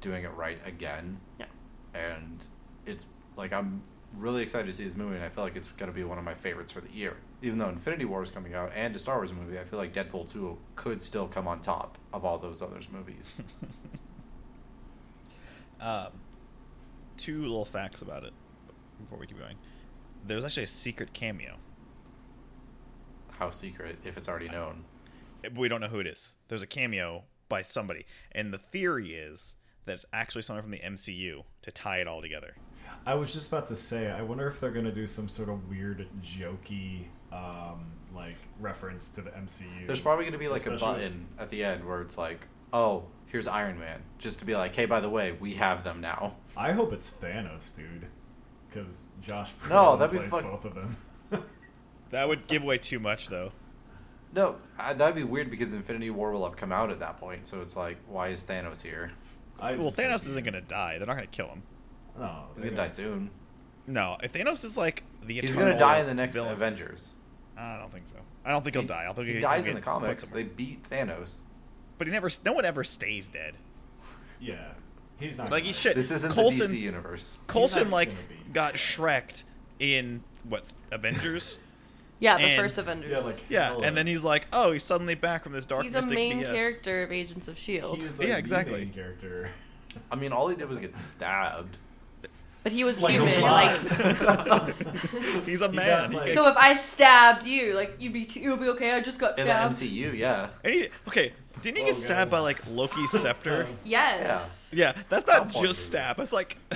[SPEAKER 1] doing it right again.
[SPEAKER 3] Yeah.
[SPEAKER 1] And it's like I'm really excited to see this movie and I feel like it's going to be one of my favorites for the year. Even though Infinity War is coming out and a Star Wars movie, I feel like Deadpool 2 could still come on top of all those others movies.
[SPEAKER 4] um, two little facts about it before we keep going. There was actually a secret cameo.
[SPEAKER 1] How secret if it's already known.
[SPEAKER 4] Eh, but we don't know who it is. There's a cameo by somebody, and the theory is that it's actually someone from the MCU to tie it all together.
[SPEAKER 2] I was just about to say, I wonder if they're going to do some sort of weird, jokey, um, like reference to the MCU.
[SPEAKER 1] There's probably going to be like a
[SPEAKER 2] Especially-
[SPEAKER 1] button at the end where it's like, "Oh, here's Iron Man," just to be like, "Hey, by the way, we have them now."
[SPEAKER 2] I hope it's Thanos, dude, because Josh
[SPEAKER 1] No,
[SPEAKER 2] Brolin
[SPEAKER 1] that'd be
[SPEAKER 2] plays
[SPEAKER 1] fuck-
[SPEAKER 2] both of them.
[SPEAKER 4] That would give away too much, though.
[SPEAKER 1] No, I, that'd be weird because Infinity War will have come out at that point. So it's like, why is Thanos here?
[SPEAKER 2] I
[SPEAKER 4] Well,
[SPEAKER 2] just hope
[SPEAKER 4] Thanos
[SPEAKER 2] he
[SPEAKER 4] isn't going to die. They're not going to kill him.
[SPEAKER 2] No,
[SPEAKER 1] He's
[SPEAKER 2] they're
[SPEAKER 1] gonna die
[SPEAKER 2] gonna-
[SPEAKER 1] soon.
[SPEAKER 4] No, if Thanos is like the
[SPEAKER 1] He's
[SPEAKER 4] eternal
[SPEAKER 1] gonna die in the next
[SPEAKER 4] villain.
[SPEAKER 1] Avengers.
[SPEAKER 4] I don't think so. I don't think he'll
[SPEAKER 1] He-
[SPEAKER 4] die. I think
[SPEAKER 1] He
[SPEAKER 4] he'll
[SPEAKER 1] dies
[SPEAKER 4] get
[SPEAKER 1] in the
[SPEAKER 4] put
[SPEAKER 1] comics.
[SPEAKER 4] somewhere.
[SPEAKER 1] They beat Thanos.
[SPEAKER 4] But he never. No one ever stays dead.
[SPEAKER 2] Yeah, he's not.
[SPEAKER 4] Like
[SPEAKER 2] gonna
[SPEAKER 4] he should.
[SPEAKER 1] This isn't
[SPEAKER 4] Coulson,
[SPEAKER 1] the DC universe.
[SPEAKER 4] Coulson
[SPEAKER 2] not
[SPEAKER 4] like
[SPEAKER 2] gonna be.
[SPEAKER 4] got shreked in what Avengers.
[SPEAKER 3] Yeah, the
[SPEAKER 4] And-
[SPEAKER 3] first Avengers.
[SPEAKER 2] Yeah, like
[SPEAKER 4] yeah,
[SPEAKER 2] Hello.
[SPEAKER 4] and then he's like, oh, he's suddenly back from this dark.
[SPEAKER 3] He's a
[SPEAKER 4] mystic
[SPEAKER 3] main
[SPEAKER 4] BS.
[SPEAKER 3] character of Agents of Shield,
[SPEAKER 2] He is,
[SPEAKER 4] Yeah,
[SPEAKER 2] like, the
[SPEAKER 4] exactly.
[SPEAKER 2] main character.
[SPEAKER 1] I mean, all he did was get stabbed.
[SPEAKER 3] but he was
[SPEAKER 2] Like a
[SPEAKER 3] human.
[SPEAKER 2] lot.
[SPEAKER 3] Like,
[SPEAKER 4] He's a
[SPEAKER 2] He got,
[SPEAKER 4] man. He
[SPEAKER 2] like-
[SPEAKER 4] can-
[SPEAKER 3] so if I stabbed you, like you'd be you'd be okay. I just got
[SPEAKER 1] In
[SPEAKER 3] stabbed.
[SPEAKER 1] the MCU, yeah.
[SPEAKER 4] And he- okay, didn't he
[SPEAKER 2] Oh,
[SPEAKER 4] get stabbed
[SPEAKER 2] guys.
[SPEAKER 4] by like Loki's scepter?
[SPEAKER 3] Yes.
[SPEAKER 4] yeah, that's
[SPEAKER 1] I'll
[SPEAKER 4] not
[SPEAKER 1] point you.
[SPEAKER 4] just stab. That's like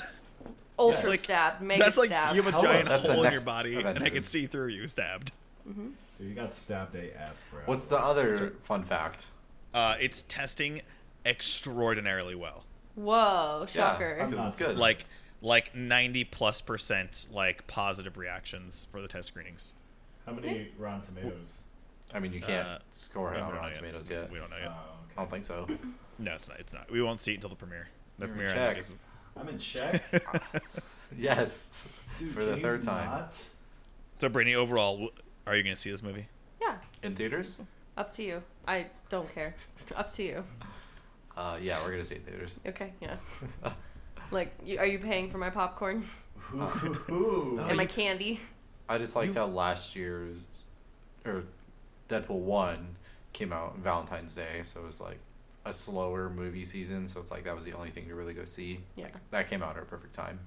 [SPEAKER 3] Ultra
[SPEAKER 4] like-
[SPEAKER 3] stabbed. Mega
[SPEAKER 4] that's like
[SPEAKER 3] stabbed.
[SPEAKER 4] you have a
[SPEAKER 2] How-
[SPEAKER 4] giant
[SPEAKER 2] That's the
[SPEAKER 4] hole in your
[SPEAKER 1] next
[SPEAKER 4] body, and I
[SPEAKER 1] Avengers.
[SPEAKER 4] can see through you. Stabbed.
[SPEAKER 2] Dude, he got stabbed AF, bro.
[SPEAKER 1] What's the other fun fact?
[SPEAKER 4] Uh, it's testing extraordinarily well,
[SPEAKER 3] Whoa! Shocker.
[SPEAKER 1] Yeah, 'cause
[SPEAKER 2] not
[SPEAKER 1] it's good.
[SPEAKER 4] like like ninety plus percent like positive reactions for the test screenings.
[SPEAKER 2] How many Rotten Tomatoes?
[SPEAKER 1] I mean, you can't
[SPEAKER 4] Uh,
[SPEAKER 1] score it
[SPEAKER 4] We
[SPEAKER 1] on
[SPEAKER 4] don't know
[SPEAKER 1] Rotten
[SPEAKER 4] yet.
[SPEAKER 1] Tomatoes yet.
[SPEAKER 4] We don't know
[SPEAKER 2] Oh,
[SPEAKER 4] yet.
[SPEAKER 1] I
[SPEAKER 2] okay.
[SPEAKER 1] don't think so.
[SPEAKER 4] No, it's not. It's not. We won't see it until the premiere. The
[SPEAKER 1] You're
[SPEAKER 4] premiere, I
[SPEAKER 1] checked.
[SPEAKER 4] think, is
[SPEAKER 2] I'm in check.
[SPEAKER 1] Yes,
[SPEAKER 2] Dude,
[SPEAKER 1] for the
[SPEAKER 2] can
[SPEAKER 1] third
[SPEAKER 2] you
[SPEAKER 1] time
[SPEAKER 2] Not?
[SPEAKER 4] so. Brittany, overall, w- are you going to see this movie?
[SPEAKER 3] Yeah.
[SPEAKER 1] in theaters.
[SPEAKER 3] Up to you. I don't care. Up to you.
[SPEAKER 1] Uh, yeah, we're gonna see it in theaters.
[SPEAKER 3] Okay. Yeah. Like, you, are you paying for my popcorn
[SPEAKER 2] Ooh.
[SPEAKER 4] Oh,
[SPEAKER 3] and my
[SPEAKER 4] you-
[SPEAKER 3] candy?
[SPEAKER 1] I just liked
[SPEAKER 4] You-
[SPEAKER 1] how last year's or Deadpool one came out on Valentine's Day, so it was like a slower movie season. So it's like that was the only thing to really go see.
[SPEAKER 3] Yeah.
[SPEAKER 1] That came out at a perfect time.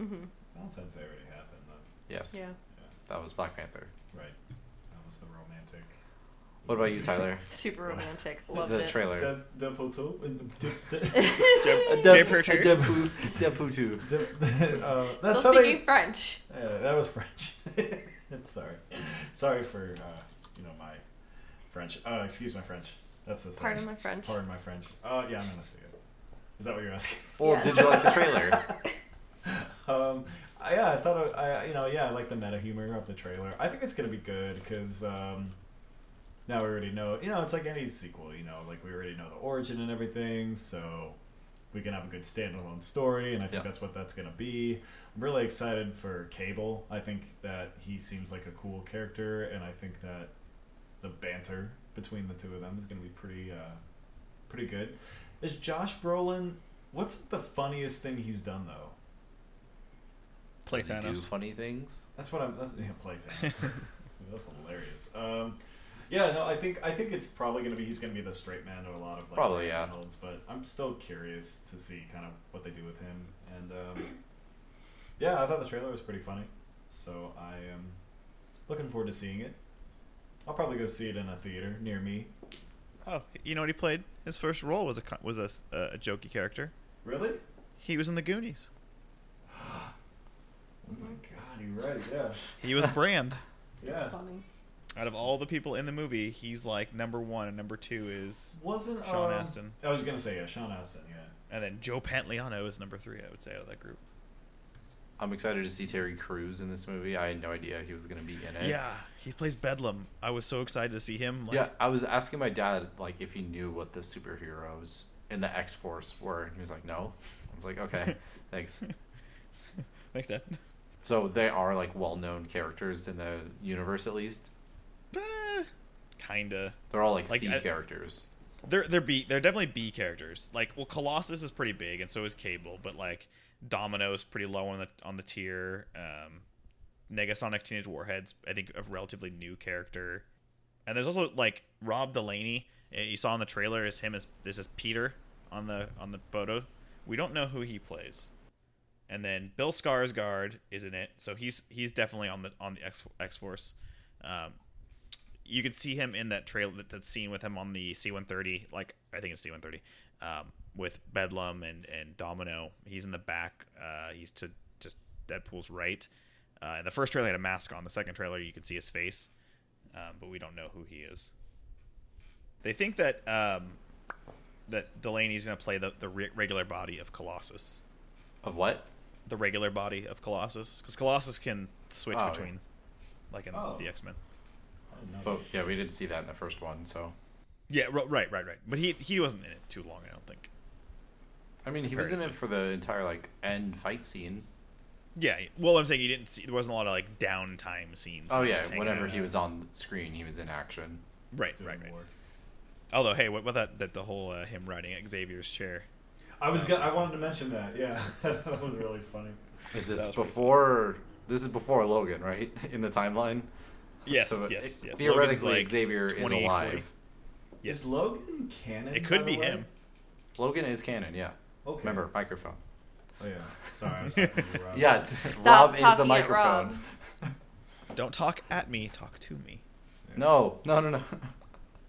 [SPEAKER 3] Mm-hmm.
[SPEAKER 2] Valentine's Day already happened, though.
[SPEAKER 1] Yes.
[SPEAKER 3] Yeah.
[SPEAKER 1] That was Black Panther.
[SPEAKER 2] Right. That was the romantic.
[SPEAKER 1] What about you, Tyler?
[SPEAKER 3] Super romantic. Loved
[SPEAKER 1] the
[SPEAKER 3] it.
[SPEAKER 1] trailer.
[SPEAKER 2] Dev- Deadpool 2? Uh, Dev-
[SPEAKER 4] Deb-
[SPEAKER 1] Dev-
[SPEAKER 4] Deb Pritchard?
[SPEAKER 1] Deadpool, Deadpool two.
[SPEAKER 2] Dev- Dev- uh, That's
[SPEAKER 3] Still
[SPEAKER 2] how
[SPEAKER 3] speaking
[SPEAKER 2] they.
[SPEAKER 3] French.
[SPEAKER 2] Yeah, that was French. Sorry. Sorry for, uh, you know, my French. Uh, excuse my French. That's the
[SPEAKER 3] Pardon
[SPEAKER 2] thing.
[SPEAKER 3] my French.
[SPEAKER 2] Pardon my French. Uh, yeah, I'm going to see it. Is that what you're asking?
[SPEAKER 1] Well,
[SPEAKER 3] Yes.
[SPEAKER 1] did you like the trailer?
[SPEAKER 2] Um, I, yeah, I thought I, I, you know, yeah, I like the meta humor of the trailer. I think it's gonna be good because um, now we already know. You know, it's like any sequel. You know, like we already know the origin and everything, so we can have a good standalone story, and I think
[SPEAKER 1] Yeah.
[SPEAKER 2] that's what that's gonna be. I'm really excited for Cable. I think that he seems like a cool character, and I think that the banter between the two of them is gonna be pretty, uh, pretty good. Is Josh Brolin? What's the funniest thing he's done though?
[SPEAKER 4] Play
[SPEAKER 1] Does he do
[SPEAKER 4] Thanos.
[SPEAKER 1] funny things?
[SPEAKER 2] That's what I'm. That's, yeah, play Thanos. that's hilarious. Um, yeah, no, I think I think it's probably gonna be he's gonna be the straight man to a lot of like,
[SPEAKER 1] Probably,
[SPEAKER 2] Ryan
[SPEAKER 1] yeah.
[SPEAKER 2] Reynolds, but I'm still curious to see kind of what they do with him. And um, yeah, I thought the trailer was pretty funny, so I am looking forward to seeing it. I'll probably go see it in a theater near me.
[SPEAKER 4] Oh, you know what he played? His first role was a co- was a, s- a- a jokey character.
[SPEAKER 2] Really?
[SPEAKER 4] He was in the Goonies.
[SPEAKER 2] Oh my god, you're right. Yeah,
[SPEAKER 4] He was Brand.
[SPEAKER 2] yeah.
[SPEAKER 3] funny.
[SPEAKER 4] Out of all the people in the movie, he's like number one, and number two is,
[SPEAKER 2] Wasn't
[SPEAKER 4] Sean
[SPEAKER 2] um,
[SPEAKER 4] Astin.
[SPEAKER 2] I was gonna say yeah, Sean Astin. Yeah.
[SPEAKER 4] and then Joe Pantoliano is number three. I would say out of that group.
[SPEAKER 1] I'm excited to see Terry Crews in this movie. I had no idea he was gonna be in it.
[SPEAKER 4] Yeah, he plays Bedlam. I was so excited to see him. Like,
[SPEAKER 1] yeah. I was asking my dad like if he knew what the superheroes in the X Force were, and he was like, "No." I was like, "Okay, thanks."
[SPEAKER 4] Thanks, Dad.
[SPEAKER 1] So they are like well-known characters in the universe, at least.
[SPEAKER 4] Eh, Kinda.
[SPEAKER 1] They're all like,
[SPEAKER 4] Like,
[SPEAKER 1] C
[SPEAKER 4] I-
[SPEAKER 1] characters.
[SPEAKER 4] They're they're B. They're definitely B characters. Like, well, Colossus is pretty big, and so is Cable. But like, Domino's pretty low on the on the tier. Um, Negasonic Teenage Warheads, I think, a relatively new character. And there's also like Rob Delaney. eh, You saw in the trailer is him as this is Peter on the on the photo. We don't know who he plays. And then Bill Skarsgård is in it, so he's he's definitely on the on the X X Force. Um, you could see him in that trail that, that scene with him on the C130 like I think it's C130 um, with Bedlam and and Domino he's in the back uh, he's to just Deadpool's right uh, in the first trailer he had a mask on the second trailer you can see his face um, but we don't know who he is they think that um, that Delaney's going to play the, the re- regular body of Colossus
[SPEAKER 1] Of what?
[SPEAKER 4] the regular body of Colossus because Colossus can switch
[SPEAKER 1] Oh, yeah.
[SPEAKER 4] between like in
[SPEAKER 2] Oh.
[SPEAKER 4] the X-Men
[SPEAKER 2] I didn't know
[SPEAKER 1] But yeah, we didn't see that in the first one. So
[SPEAKER 4] Yeah, ro- right, right, right. But he he wasn't in it too long, I don't think.
[SPEAKER 1] I mean, he was in it
[SPEAKER 4] Apparently.
[SPEAKER 1] for the entire like end fight scene.
[SPEAKER 4] Yeah, well, I'm saying you didn't see. There wasn't a lot of like downtime scenes.
[SPEAKER 1] Oh
[SPEAKER 4] He was
[SPEAKER 1] yeah,
[SPEAKER 4] just hanging
[SPEAKER 1] whenever
[SPEAKER 4] out.
[SPEAKER 1] he was on screen, he was in action.
[SPEAKER 4] Right,
[SPEAKER 2] doing
[SPEAKER 4] right, right.
[SPEAKER 2] more.
[SPEAKER 4] Although, hey, what about that? That the whole uh, him riding Xavier's chair.
[SPEAKER 2] I was. Gonna, I wanted to mention that. Yeah, that was really funny.
[SPEAKER 1] Is
[SPEAKER 4] That
[SPEAKER 1] this
[SPEAKER 4] was pretty
[SPEAKER 1] before? This is before Logan, right? In the timeline.
[SPEAKER 4] Yes,
[SPEAKER 1] So,
[SPEAKER 4] yes,
[SPEAKER 1] it-
[SPEAKER 4] yes.
[SPEAKER 1] Theoretically,
[SPEAKER 4] Logan's, like,
[SPEAKER 1] Xavier
[SPEAKER 4] 20,
[SPEAKER 1] is
[SPEAKER 4] 40.
[SPEAKER 1] alive.
[SPEAKER 4] Yes,
[SPEAKER 2] Is Logan canon?
[SPEAKER 4] It
[SPEAKER 2] by
[SPEAKER 4] could
[SPEAKER 2] the
[SPEAKER 4] be
[SPEAKER 2] way?
[SPEAKER 4] him.
[SPEAKER 1] Logan is canon. Yeah.
[SPEAKER 2] Okay.
[SPEAKER 1] Remember microphone.
[SPEAKER 2] Oh yeah. Sorry. I was talking to Rob.
[SPEAKER 1] Yeah. t-
[SPEAKER 3] Stop
[SPEAKER 1] Rob is the
[SPEAKER 3] talking at Rob.
[SPEAKER 1] microphone.
[SPEAKER 4] Don't talk at me. Talk to me.
[SPEAKER 1] No, no, no, no.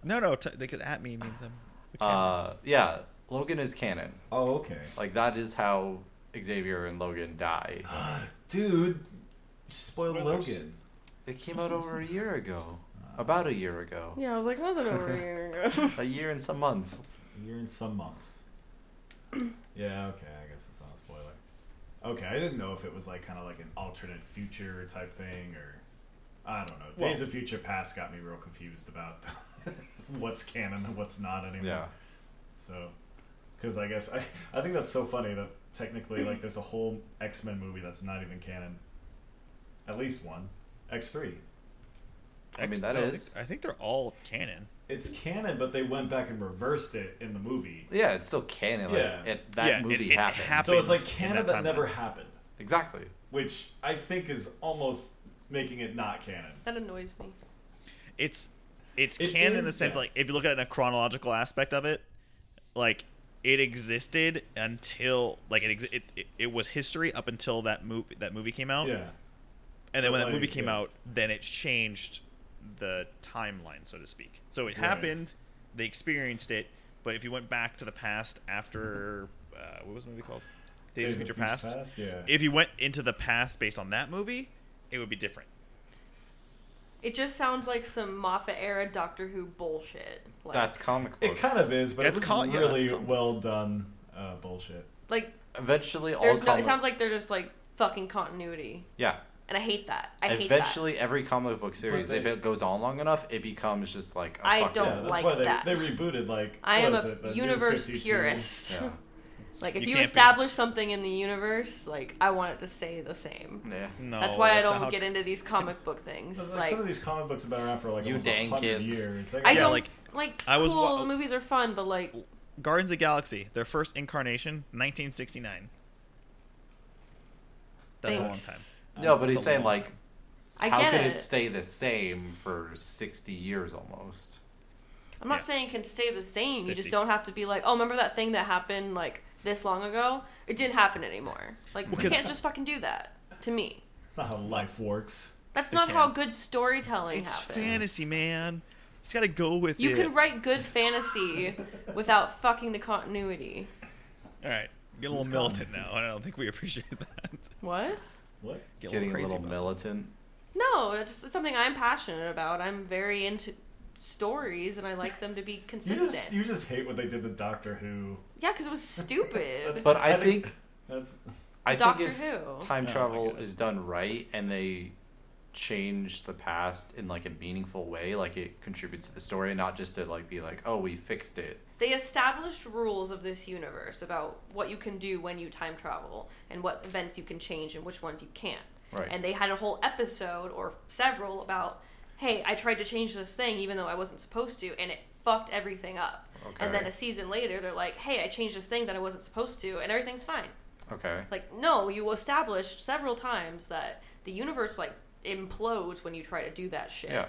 [SPEAKER 4] No, no, t- because at me means I'm. the camera.
[SPEAKER 1] Uh, yeah, Logan is canon.
[SPEAKER 2] Oh okay.
[SPEAKER 1] Like that is how Xavier and Logan die.
[SPEAKER 2] Dude, you spoiled
[SPEAKER 4] Spoilers.
[SPEAKER 2] Logan.
[SPEAKER 1] It came out over a year ago. About a year ago.
[SPEAKER 3] Yeah, I was like, was it over a year ago?
[SPEAKER 1] Uh, A year and some months.
[SPEAKER 2] You're in some months. yeah. Okay. I guess it's not a spoiler. Okay. I didn't know if it was like kind of like an alternate future type thing or. I don't know.
[SPEAKER 4] Well-
[SPEAKER 2] Days of Future Past got me real confused about what's canon and what's not anymore.
[SPEAKER 1] Yeah.
[SPEAKER 2] So, because I guess I, I think that's so funny that technically like there's a whole X Men movie that's not even canon. At least one, X three.
[SPEAKER 1] I mean,
[SPEAKER 4] X-
[SPEAKER 1] that
[SPEAKER 4] no, I
[SPEAKER 1] is-
[SPEAKER 4] think- I think they're all canon.
[SPEAKER 2] It's canon, but they went back and reversed it in the movie.
[SPEAKER 1] Yeah, it's still canon. Like,
[SPEAKER 2] Yeah.
[SPEAKER 1] It, that
[SPEAKER 4] Yeah, it-
[SPEAKER 1] movie
[SPEAKER 4] it
[SPEAKER 1] happened.
[SPEAKER 4] happened.
[SPEAKER 2] So it's like
[SPEAKER 4] in
[SPEAKER 2] canon
[SPEAKER 4] that
[SPEAKER 2] that never
[SPEAKER 4] timeline.
[SPEAKER 2] happened,
[SPEAKER 1] Exactly.
[SPEAKER 2] which I think is almost making it not canon.
[SPEAKER 3] that annoys me.
[SPEAKER 4] it's it's
[SPEAKER 2] It
[SPEAKER 4] canon in
[SPEAKER 2] is
[SPEAKER 4] the sense
[SPEAKER 2] that.
[SPEAKER 4] like if you look at it in a chronological aspect of it like it existed until like it, ex- it, it it was history up until that movie that movie came out
[SPEAKER 2] Yeah.
[SPEAKER 4] and then when that
[SPEAKER 2] Like,
[SPEAKER 4] movie came
[SPEAKER 2] yeah.
[SPEAKER 4] out then it changed the timeline so to speak so it
[SPEAKER 2] Right.
[SPEAKER 4] happened they experienced it but if you went back to the past after uh, what was the movie called days, of future past
[SPEAKER 2] Yeah.
[SPEAKER 4] if you went into the past based on that movie it would be different
[SPEAKER 3] It just sounds like some Moffat era Doctor Who bullshit. Like,
[SPEAKER 1] That's comic
[SPEAKER 2] it
[SPEAKER 1] books.
[SPEAKER 2] kind of is, but
[SPEAKER 4] That's
[SPEAKER 2] it's
[SPEAKER 4] co- yeah, that's
[SPEAKER 2] really
[SPEAKER 4] comics.
[SPEAKER 2] well done uh, bullshit.
[SPEAKER 3] like
[SPEAKER 1] Eventually, all
[SPEAKER 3] there's no.
[SPEAKER 1] comic.
[SPEAKER 3] It sounds like they're just like fucking continuity,
[SPEAKER 1] Yeah.
[SPEAKER 3] and I hate that. I hate
[SPEAKER 1] Eventually, every comic book series,
[SPEAKER 2] they-
[SPEAKER 1] if it goes on long enough, it becomes just like a
[SPEAKER 3] I
[SPEAKER 1] fucking-
[SPEAKER 2] yeah,
[SPEAKER 3] don't
[SPEAKER 2] that's
[SPEAKER 3] like
[SPEAKER 2] why they,
[SPEAKER 3] that.
[SPEAKER 2] they rebooted like
[SPEAKER 3] that. I
[SPEAKER 2] what
[SPEAKER 3] am
[SPEAKER 2] is it, the
[SPEAKER 3] a
[SPEAKER 2] New
[SPEAKER 3] univerist
[SPEAKER 2] 52?
[SPEAKER 3] purist.
[SPEAKER 1] Yeah.
[SPEAKER 3] Like if
[SPEAKER 4] You
[SPEAKER 3] you,
[SPEAKER 4] can't be-
[SPEAKER 3] establish something in the universe, like I want it to stay the same.
[SPEAKER 1] Yeah.
[SPEAKER 4] No,
[SPEAKER 3] that's why I
[SPEAKER 4] not
[SPEAKER 3] don't
[SPEAKER 4] how-
[SPEAKER 3] get into these comic book things.
[SPEAKER 2] Like,
[SPEAKER 3] Like,
[SPEAKER 2] some of these comic books have been around for like
[SPEAKER 1] You
[SPEAKER 2] almost
[SPEAKER 1] dang
[SPEAKER 2] 100
[SPEAKER 1] kids.
[SPEAKER 2] years.
[SPEAKER 3] I
[SPEAKER 4] Yeah,
[SPEAKER 3] don't
[SPEAKER 4] like,
[SPEAKER 3] like.
[SPEAKER 4] I was
[SPEAKER 3] cool.
[SPEAKER 4] wa-
[SPEAKER 3] the movies are fun, but like,
[SPEAKER 4] Guardians of the Galaxy, their first incarnation, 1969. That's
[SPEAKER 3] thanks.
[SPEAKER 4] a long time.
[SPEAKER 1] No, but
[SPEAKER 4] That's
[SPEAKER 1] he's
[SPEAKER 4] a
[SPEAKER 1] saying
[SPEAKER 4] long
[SPEAKER 1] like,
[SPEAKER 4] time.
[SPEAKER 3] I
[SPEAKER 1] how
[SPEAKER 3] get
[SPEAKER 1] can
[SPEAKER 3] it.
[SPEAKER 1] it stay the same for sixty years almost?
[SPEAKER 3] I'm not
[SPEAKER 4] Yeah.
[SPEAKER 3] saying it can stay the same. You just
[SPEAKER 4] 50.
[SPEAKER 3] don't have to be like, oh, remember that thing that happened like this long ago? It didn't happen anymore. Like
[SPEAKER 4] Well,
[SPEAKER 3] you
[SPEAKER 4] 'cause-
[SPEAKER 3] can't just fucking do that. To me,
[SPEAKER 2] It's not how life works.
[SPEAKER 3] that's
[SPEAKER 4] It
[SPEAKER 3] not how
[SPEAKER 4] can.
[SPEAKER 3] good storytelling
[SPEAKER 4] It's
[SPEAKER 3] happens.
[SPEAKER 4] fantasy, man. It's got to go with
[SPEAKER 3] you
[SPEAKER 4] it.
[SPEAKER 3] can write good fantasy without fucking the continuity.
[SPEAKER 4] All right, get a little militant now. I don't think we appreciate that.
[SPEAKER 3] What?
[SPEAKER 2] What?
[SPEAKER 4] Get
[SPEAKER 1] Getting a
[SPEAKER 4] crazy
[SPEAKER 1] little
[SPEAKER 4] about this.
[SPEAKER 1] militant.
[SPEAKER 3] No, it's, it's something I'm passionate about. I'm very into stories, and I like them to be
[SPEAKER 2] You
[SPEAKER 3] consistent.
[SPEAKER 2] just, you just hate what they did to Doctor Who.
[SPEAKER 3] Yeah, because it was stupid.
[SPEAKER 2] That's-
[SPEAKER 1] But I think-
[SPEAKER 2] that's
[SPEAKER 1] I
[SPEAKER 3] Doctor
[SPEAKER 1] think if
[SPEAKER 3] Who.
[SPEAKER 1] time
[SPEAKER 4] Oh my
[SPEAKER 1] travel
[SPEAKER 4] God.
[SPEAKER 1] is done right and they change the past in like a meaningful way, like it contributes to the story, not just to like be like, oh, we fixed it.
[SPEAKER 3] They established rules of this universe about what you can do when you time travel and what events you can change and which ones you can't.
[SPEAKER 1] Right.
[SPEAKER 3] And they had a whole episode or several about, hey, I tried to change this thing even though I wasn't supposed to, and it fucked everything up. And then
[SPEAKER 1] Okay.
[SPEAKER 3] a season later, they're like, hey, I changed this thing that I wasn't supposed to, and everything's fine.
[SPEAKER 1] Okay.
[SPEAKER 3] Like, no, you established several times that the universe, like, implodes when you try to do that shit.
[SPEAKER 1] Yeah.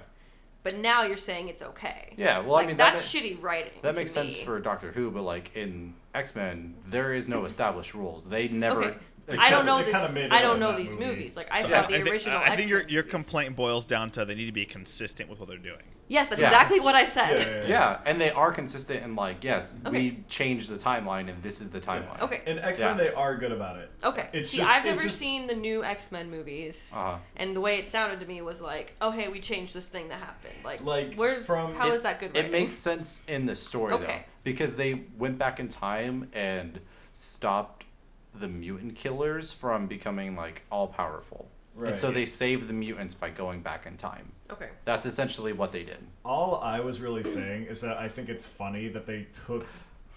[SPEAKER 3] But now you're saying it's okay.
[SPEAKER 1] Yeah, well, I
[SPEAKER 3] like,
[SPEAKER 1] mean, that
[SPEAKER 3] that's shitty writing.
[SPEAKER 1] That
[SPEAKER 3] to
[SPEAKER 1] makes sense
[SPEAKER 3] me.
[SPEAKER 1] for Doctor Who, but like in X Men, there is no established rules. They never.
[SPEAKER 3] Okay.
[SPEAKER 2] They
[SPEAKER 3] I don't
[SPEAKER 2] kinda-
[SPEAKER 3] know
[SPEAKER 2] they
[SPEAKER 3] this.
[SPEAKER 2] kinda made it
[SPEAKER 3] I don't
[SPEAKER 2] in
[SPEAKER 3] know
[SPEAKER 2] that
[SPEAKER 3] these
[SPEAKER 2] movie.
[SPEAKER 3] movies. Like I
[SPEAKER 1] So,
[SPEAKER 4] Yeah,
[SPEAKER 3] saw the
[SPEAKER 4] I thi-
[SPEAKER 3] original.
[SPEAKER 4] I think your
[SPEAKER 3] X-Men
[SPEAKER 4] your
[SPEAKER 3] movies.
[SPEAKER 4] complaint boils down to they need to be consistent with what they're doing.
[SPEAKER 3] Yes, that's
[SPEAKER 1] Yeah.
[SPEAKER 3] exactly what I
[SPEAKER 2] yeah,
[SPEAKER 3] said.
[SPEAKER 2] yeah, yeah.
[SPEAKER 1] Yeah, and they are consistent and like, yes,
[SPEAKER 3] Okay.
[SPEAKER 1] we changed the timeline and this is the timeline.
[SPEAKER 3] Okay.
[SPEAKER 2] In X Men,
[SPEAKER 1] Yeah.
[SPEAKER 2] they are good about it.
[SPEAKER 3] Okay.
[SPEAKER 2] It's
[SPEAKER 3] See,
[SPEAKER 2] just- it's
[SPEAKER 3] I've never
[SPEAKER 2] just- Ah.
[SPEAKER 3] seen the new X Men movies,
[SPEAKER 1] Uh-huh.
[SPEAKER 3] and the way it sounded to me was like, "Oh, hey, we changed this thing that happened." Like,
[SPEAKER 2] Like,
[SPEAKER 3] where's
[SPEAKER 2] from-
[SPEAKER 3] how
[SPEAKER 1] It-
[SPEAKER 3] is that good?
[SPEAKER 1] It
[SPEAKER 3] Writing?
[SPEAKER 1] makes sense in the story though,
[SPEAKER 3] Okay.
[SPEAKER 1] because they went back in time and stopped the mutant killers from becoming like all powerful,
[SPEAKER 2] Right.
[SPEAKER 1] and so they saved the mutants by going back in time.
[SPEAKER 3] okay.
[SPEAKER 1] That's essentially what they did.
[SPEAKER 2] All I was really saying is that I think it's funny that they took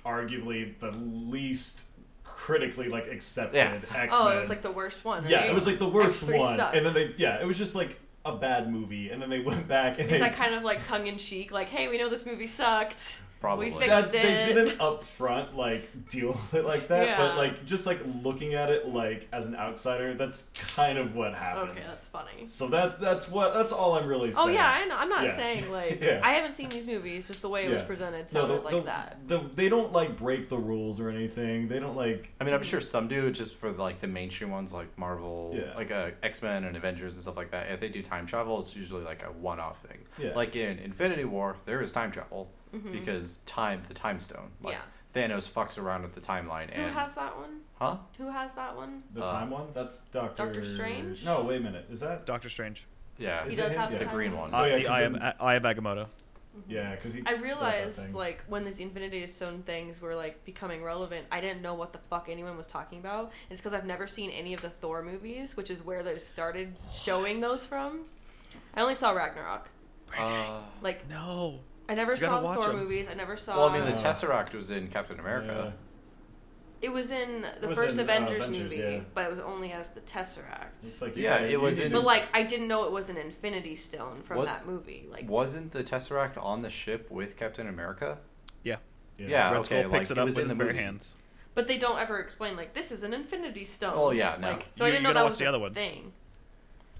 [SPEAKER 2] arguably the least critically like accepted
[SPEAKER 1] Yeah.
[SPEAKER 2] X Men.
[SPEAKER 3] Oh, it was like the worst one.
[SPEAKER 2] yeah,
[SPEAKER 3] right?
[SPEAKER 2] it was like the worst
[SPEAKER 3] X3
[SPEAKER 2] one,
[SPEAKER 3] sucks.
[SPEAKER 2] and then they yeah, it was just like a bad movie, and then they went back and
[SPEAKER 3] Is
[SPEAKER 2] they
[SPEAKER 3] that kind of like tongue in cheek? Like, hey, we know this movie sucked.
[SPEAKER 1] Probably.
[SPEAKER 3] We fixed
[SPEAKER 2] that they
[SPEAKER 3] it.
[SPEAKER 2] didn't upfront like deal with it like that,
[SPEAKER 3] Yeah.
[SPEAKER 2] but like just like looking at it like as an outsider, that's kind of what happened.
[SPEAKER 3] Okay, that's funny.
[SPEAKER 2] So that that's what that's all I'm really saying.
[SPEAKER 3] Oh yeah, I know. I'm not
[SPEAKER 2] Yeah.
[SPEAKER 3] saying like
[SPEAKER 2] Yeah.
[SPEAKER 3] I haven't seen these movies. Just the way it was
[SPEAKER 2] Yeah.
[SPEAKER 3] presented
[SPEAKER 2] No,
[SPEAKER 3] sounded
[SPEAKER 2] the,
[SPEAKER 3] like
[SPEAKER 2] the,
[SPEAKER 3] that.
[SPEAKER 2] the- they don't like break the rules or anything. They don't like
[SPEAKER 1] I mean, I'm sure some do, just for like the mainstream ones, like Marvel,
[SPEAKER 2] Yeah.
[SPEAKER 1] like uh, X Men and Avengers and stuff like that. If they do time travel, it's usually like a one-off thing.
[SPEAKER 2] Yeah.
[SPEAKER 1] Like in Infinity War, there is time travel
[SPEAKER 3] Mm-hmm.
[SPEAKER 1] because time, the time stone. Like, Thanos fucks around with the timeline
[SPEAKER 3] Who
[SPEAKER 1] and
[SPEAKER 3] has that one?
[SPEAKER 1] huh?
[SPEAKER 3] Who has that one?
[SPEAKER 2] the
[SPEAKER 1] Uh,
[SPEAKER 2] time one. That's Doctor
[SPEAKER 3] Doctor Strange?
[SPEAKER 2] No, wait a minute. Is that
[SPEAKER 4] Doctor Strange,
[SPEAKER 1] Yeah,
[SPEAKER 3] He
[SPEAKER 2] Is
[SPEAKER 3] does
[SPEAKER 2] it him?
[SPEAKER 3] have
[SPEAKER 2] Yeah.
[SPEAKER 1] the
[SPEAKER 3] the Mm-hmm. time
[SPEAKER 1] green
[SPEAKER 3] one.
[SPEAKER 1] one.
[SPEAKER 2] Oh,
[SPEAKER 4] uh,
[SPEAKER 2] yeah,
[SPEAKER 4] the
[SPEAKER 2] 'cause
[SPEAKER 4] Eye of,
[SPEAKER 2] in-
[SPEAKER 4] Eye of Agamotto.
[SPEAKER 2] yeah? Because he.
[SPEAKER 3] I
[SPEAKER 2] does that
[SPEAKER 3] realized
[SPEAKER 2] thing.
[SPEAKER 3] like when these Infinity Stone things were like becoming relevant, I didn't know what the fuck anyone was talking about. And it's because I've never seen any of the Thor movies, which is where they started showing those from. I only saw Ragnarok.
[SPEAKER 1] Uh,
[SPEAKER 3] Like
[SPEAKER 4] No,
[SPEAKER 3] I never
[SPEAKER 4] You gotta
[SPEAKER 3] saw the
[SPEAKER 4] watch
[SPEAKER 3] Thor
[SPEAKER 4] 'em.
[SPEAKER 3] movies. I never saw.
[SPEAKER 1] well, I mean, the
[SPEAKER 2] Uh,
[SPEAKER 1] Tesseract was in Captain
[SPEAKER 2] Yeah.
[SPEAKER 1] America.
[SPEAKER 3] it was in the
[SPEAKER 2] It was
[SPEAKER 3] first
[SPEAKER 2] in, uh,
[SPEAKER 3] Avengers,
[SPEAKER 2] Avengers,
[SPEAKER 3] movie,
[SPEAKER 2] yeah.
[SPEAKER 3] but it was only as the Tesseract.
[SPEAKER 2] Looks like you
[SPEAKER 1] Yeah,
[SPEAKER 2] gotta-
[SPEAKER 1] it
[SPEAKER 2] you
[SPEAKER 1] was
[SPEAKER 2] need
[SPEAKER 1] in-
[SPEAKER 2] to-
[SPEAKER 3] But like, I didn't know it was an Infinity Stone from
[SPEAKER 1] Was-
[SPEAKER 3] that movie. Like,
[SPEAKER 1] Wasn't the Tesseract on the ship with Captain America?
[SPEAKER 4] yeah.
[SPEAKER 1] Yeah.
[SPEAKER 4] Red
[SPEAKER 1] okay,
[SPEAKER 4] Skull
[SPEAKER 1] like,
[SPEAKER 4] picks
[SPEAKER 1] it
[SPEAKER 4] it up
[SPEAKER 1] was
[SPEAKER 4] with
[SPEAKER 1] in
[SPEAKER 4] his
[SPEAKER 1] the
[SPEAKER 4] bare
[SPEAKER 1] movie.
[SPEAKER 4] hands.
[SPEAKER 3] but they don't ever explain like this is an Infinity Stone.
[SPEAKER 1] Oh, yeah, no.
[SPEAKER 3] Like, so I
[SPEAKER 4] You-
[SPEAKER 3] didn't know
[SPEAKER 4] you gotta
[SPEAKER 3] that
[SPEAKER 4] watch
[SPEAKER 3] was
[SPEAKER 4] the
[SPEAKER 3] a
[SPEAKER 4] other ones.
[SPEAKER 3] thing.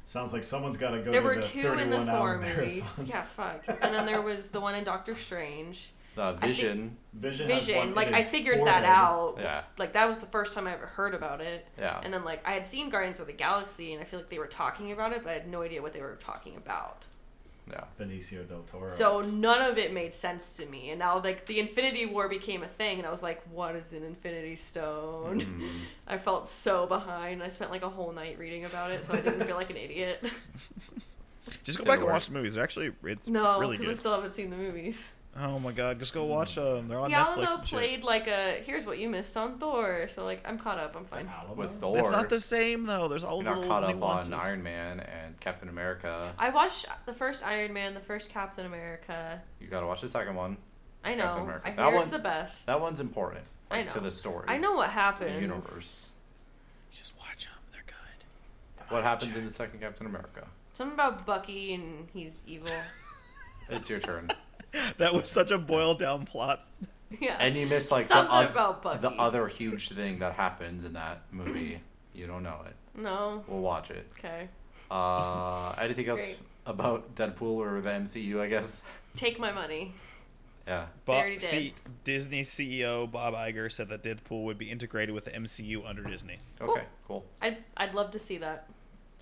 [SPEAKER 2] Sounds like someone's got to go.
[SPEAKER 3] There
[SPEAKER 2] to
[SPEAKER 3] were
[SPEAKER 2] the
[SPEAKER 3] two in the
[SPEAKER 2] 31 hour
[SPEAKER 3] Thor movies.
[SPEAKER 2] marathon.
[SPEAKER 3] Yeah, fuck. And then there was the one in Doctor Strange,
[SPEAKER 1] The
[SPEAKER 3] think-
[SPEAKER 1] Vision.
[SPEAKER 2] Vision. has one
[SPEAKER 3] Vision.
[SPEAKER 2] in
[SPEAKER 3] Like, I
[SPEAKER 2] his
[SPEAKER 3] figured
[SPEAKER 2] forehead.
[SPEAKER 3] that out.
[SPEAKER 1] Yeah.
[SPEAKER 3] Like that was the first time I ever heard about it.
[SPEAKER 1] Yeah.
[SPEAKER 3] And then like I had seen Guardians of the Galaxy, and I feel like they were talking about it, but I had no idea what they were talking about.
[SPEAKER 1] Yeah.
[SPEAKER 2] Benicio del Toro.
[SPEAKER 3] So none of it made sense to me. And now like the Infinity War became a thing and I was like, what is an Infinity Stone?
[SPEAKER 4] Mm-hmm.
[SPEAKER 3] I felt so behind. I spent like a whole night reading about it, so I didn't feel like an idiot.
[SPEAKER 4] Just go
[SPEAKER 1] Didn't
[SPEAKER 4] back and
[SPEAKER 1] work.
[SPEAKER 4] watch the movies. They're actually it's
[SPEAKER 3] no,
[SPEAKER 4] really
[SPEAKER 3] because I
[SPEAKER 4] good.
[SPEAKER 3] still haven't seen the movies.
[SPEAKER 4] Oh my god, just go watch them. They're on
[SPEAKER 3] the
[SPEAKER 4] Netflix.
[SPEAKER 3] Alamo
[SPEAKER 4] and shit.
[SPEAKER 3] played like a here's what you missed on Thor, so like I'm caught up. I'm fine.
[SPEAKER 2] Alamo?
[SPEAKER 1] with Thor.
[SPEAKER 4] That's not the same though. There's all
[SPEAKER 1] You're not
[SPEAKER 4] the little
[SPEAKER 1] caught up
[SPEAKER 4] nuances.
[SPEAKER 1] on Iron Man and Captain America.
[SPEAKER 3] I watched the first Iron Man, the first Captain America.
[SPEAKER 1] You gotta watch the second one.
[SPEAKER 3] I
[SPEAKER 1] Captain
[SPEAKER 3] know.
[SPEAKER 1] America.
[SPEAKER 3] I
[SPEAKER 1] That
[SPEAKER 3] hear it's
[SPEAKER 1] one-
[SPEAKER 3] the best.
[SPEAKER 1] That one's important
[SPEAKER 3] I
[SPEAKER 1] like, to
[SPEAKER 3] know.
[SPEAKER 1] the story.
[SPEAKER 3] I know what
[SPEAKER 1] to
[SPEAKER 3] happens.
[SPEAKER 1] the universe.
[SPEAKER 4] Just watch them. They're good.
[SPEAKER 1] What happens in the second Captain America?
[SPEAKER 3] Something about Bucky and he's evil.
[SPEAKER 1] It's your turn.
[SPEAKER 4] That was such a boiled down plot.
[SPEAKER 3] yeah.
[SPEAKER 1] And you miss like the,
[SPEAKER 3] Something
[SPEAKER 1] oth-
[SPEAKER 3] about Bucky.
[SPEAKER 1] the other huge thing that happens in that movie. You don't know it.
[SPEAKER 3] no.
[SPEAKER 1] We'll watch it.
[SPEAKER 3] Okay.
[SPEAKER 1] Uh, anything else
[SPEAKER 3] Great.
[SPEAKER 1] about Deadpool or the MCU? I guess.
[SPEAKER 3] Take my money.
[SPEAKER 1] Yeah.
[SPEAKER 3] They
[SPEAKER 4] Bob,
[SPEAKER 3] already did.
[SPEAKER 4] see, Disney CEO Bob Iger said that Deadpool would be integrated with the MCU under Disney.
[SPEAKER 1] Okay. Cool.
[SPEAKER 3] I'd I'd love to see that.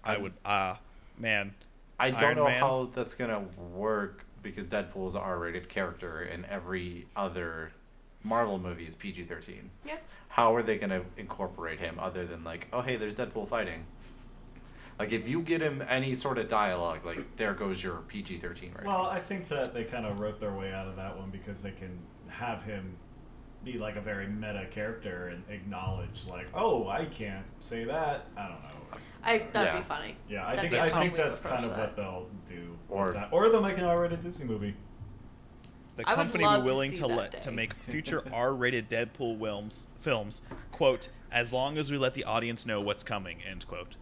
[SPEAKER 4] I
[SPEAKER 1] I'd-
[SPEAKER 4] would, ah, man,
[SPEAKER 1] I don't
[SPEAKER 4] Iron
[SPEAKER 1] know
[SPEAKER 4] Man.
[SPEAKER 1] how that's gonna work because Deadpool's an R-rated character, and every other Marvel movie is PG-13.
[SPEAKER 3] Yeah.
[SPEAKER 1] How are they gonna incorporate him other than like, oh hey, there's Deadpool fighting? Like if you get him any sort of dialogue, like there goes your PG-13 rating.
[SPEAKER 2] Well, I think that they kind of wrote their way out of that one because they can have him be like a very meta character and acknowledge like, oh, I can't say that. I don't know.
[SPEAKER 3] I that'd
[SPEAKER 1] Yeah.
[SPEAKER 3] be funny.
[SPEAKER 2] Yeah, I
[SPEAKER 3] That'd
[SPEAKER 2] think
[SPEAKER 3] be a
[SPEAKER 2] I
[SPEAKER 3] funny
[SPEAKER 2] think
[SPEAKER 3] way to
[SPEAKER 2] that's kind of
[SPEAKER 3] approach
[SPEAKER 2] what
[SPEAKER 3] that.
[SPEAKER 2] they'll do. with
[SPEAKER 1] Or-
[SPEAKER 2] that. or they'll make an R-rated Disney movie.
[SPEAKER 4] the
[SPEAKER 3] I would
[SPEAKER 4] company
[SPEAKER 3] love
[SPEAKER 4] were
[SPEAKER 3] to
[SPEAKER 4] willing
[SPEAKER 3] see
[SPEAKER 4] to,
[SPEAKER 3] that
[SPEAKER 4] let to
[SPEAKER 3] day.
[SPEAKER 4] make future R-rated Deadpool films, films, quote, as long as we let the audience know what's coming, end quote.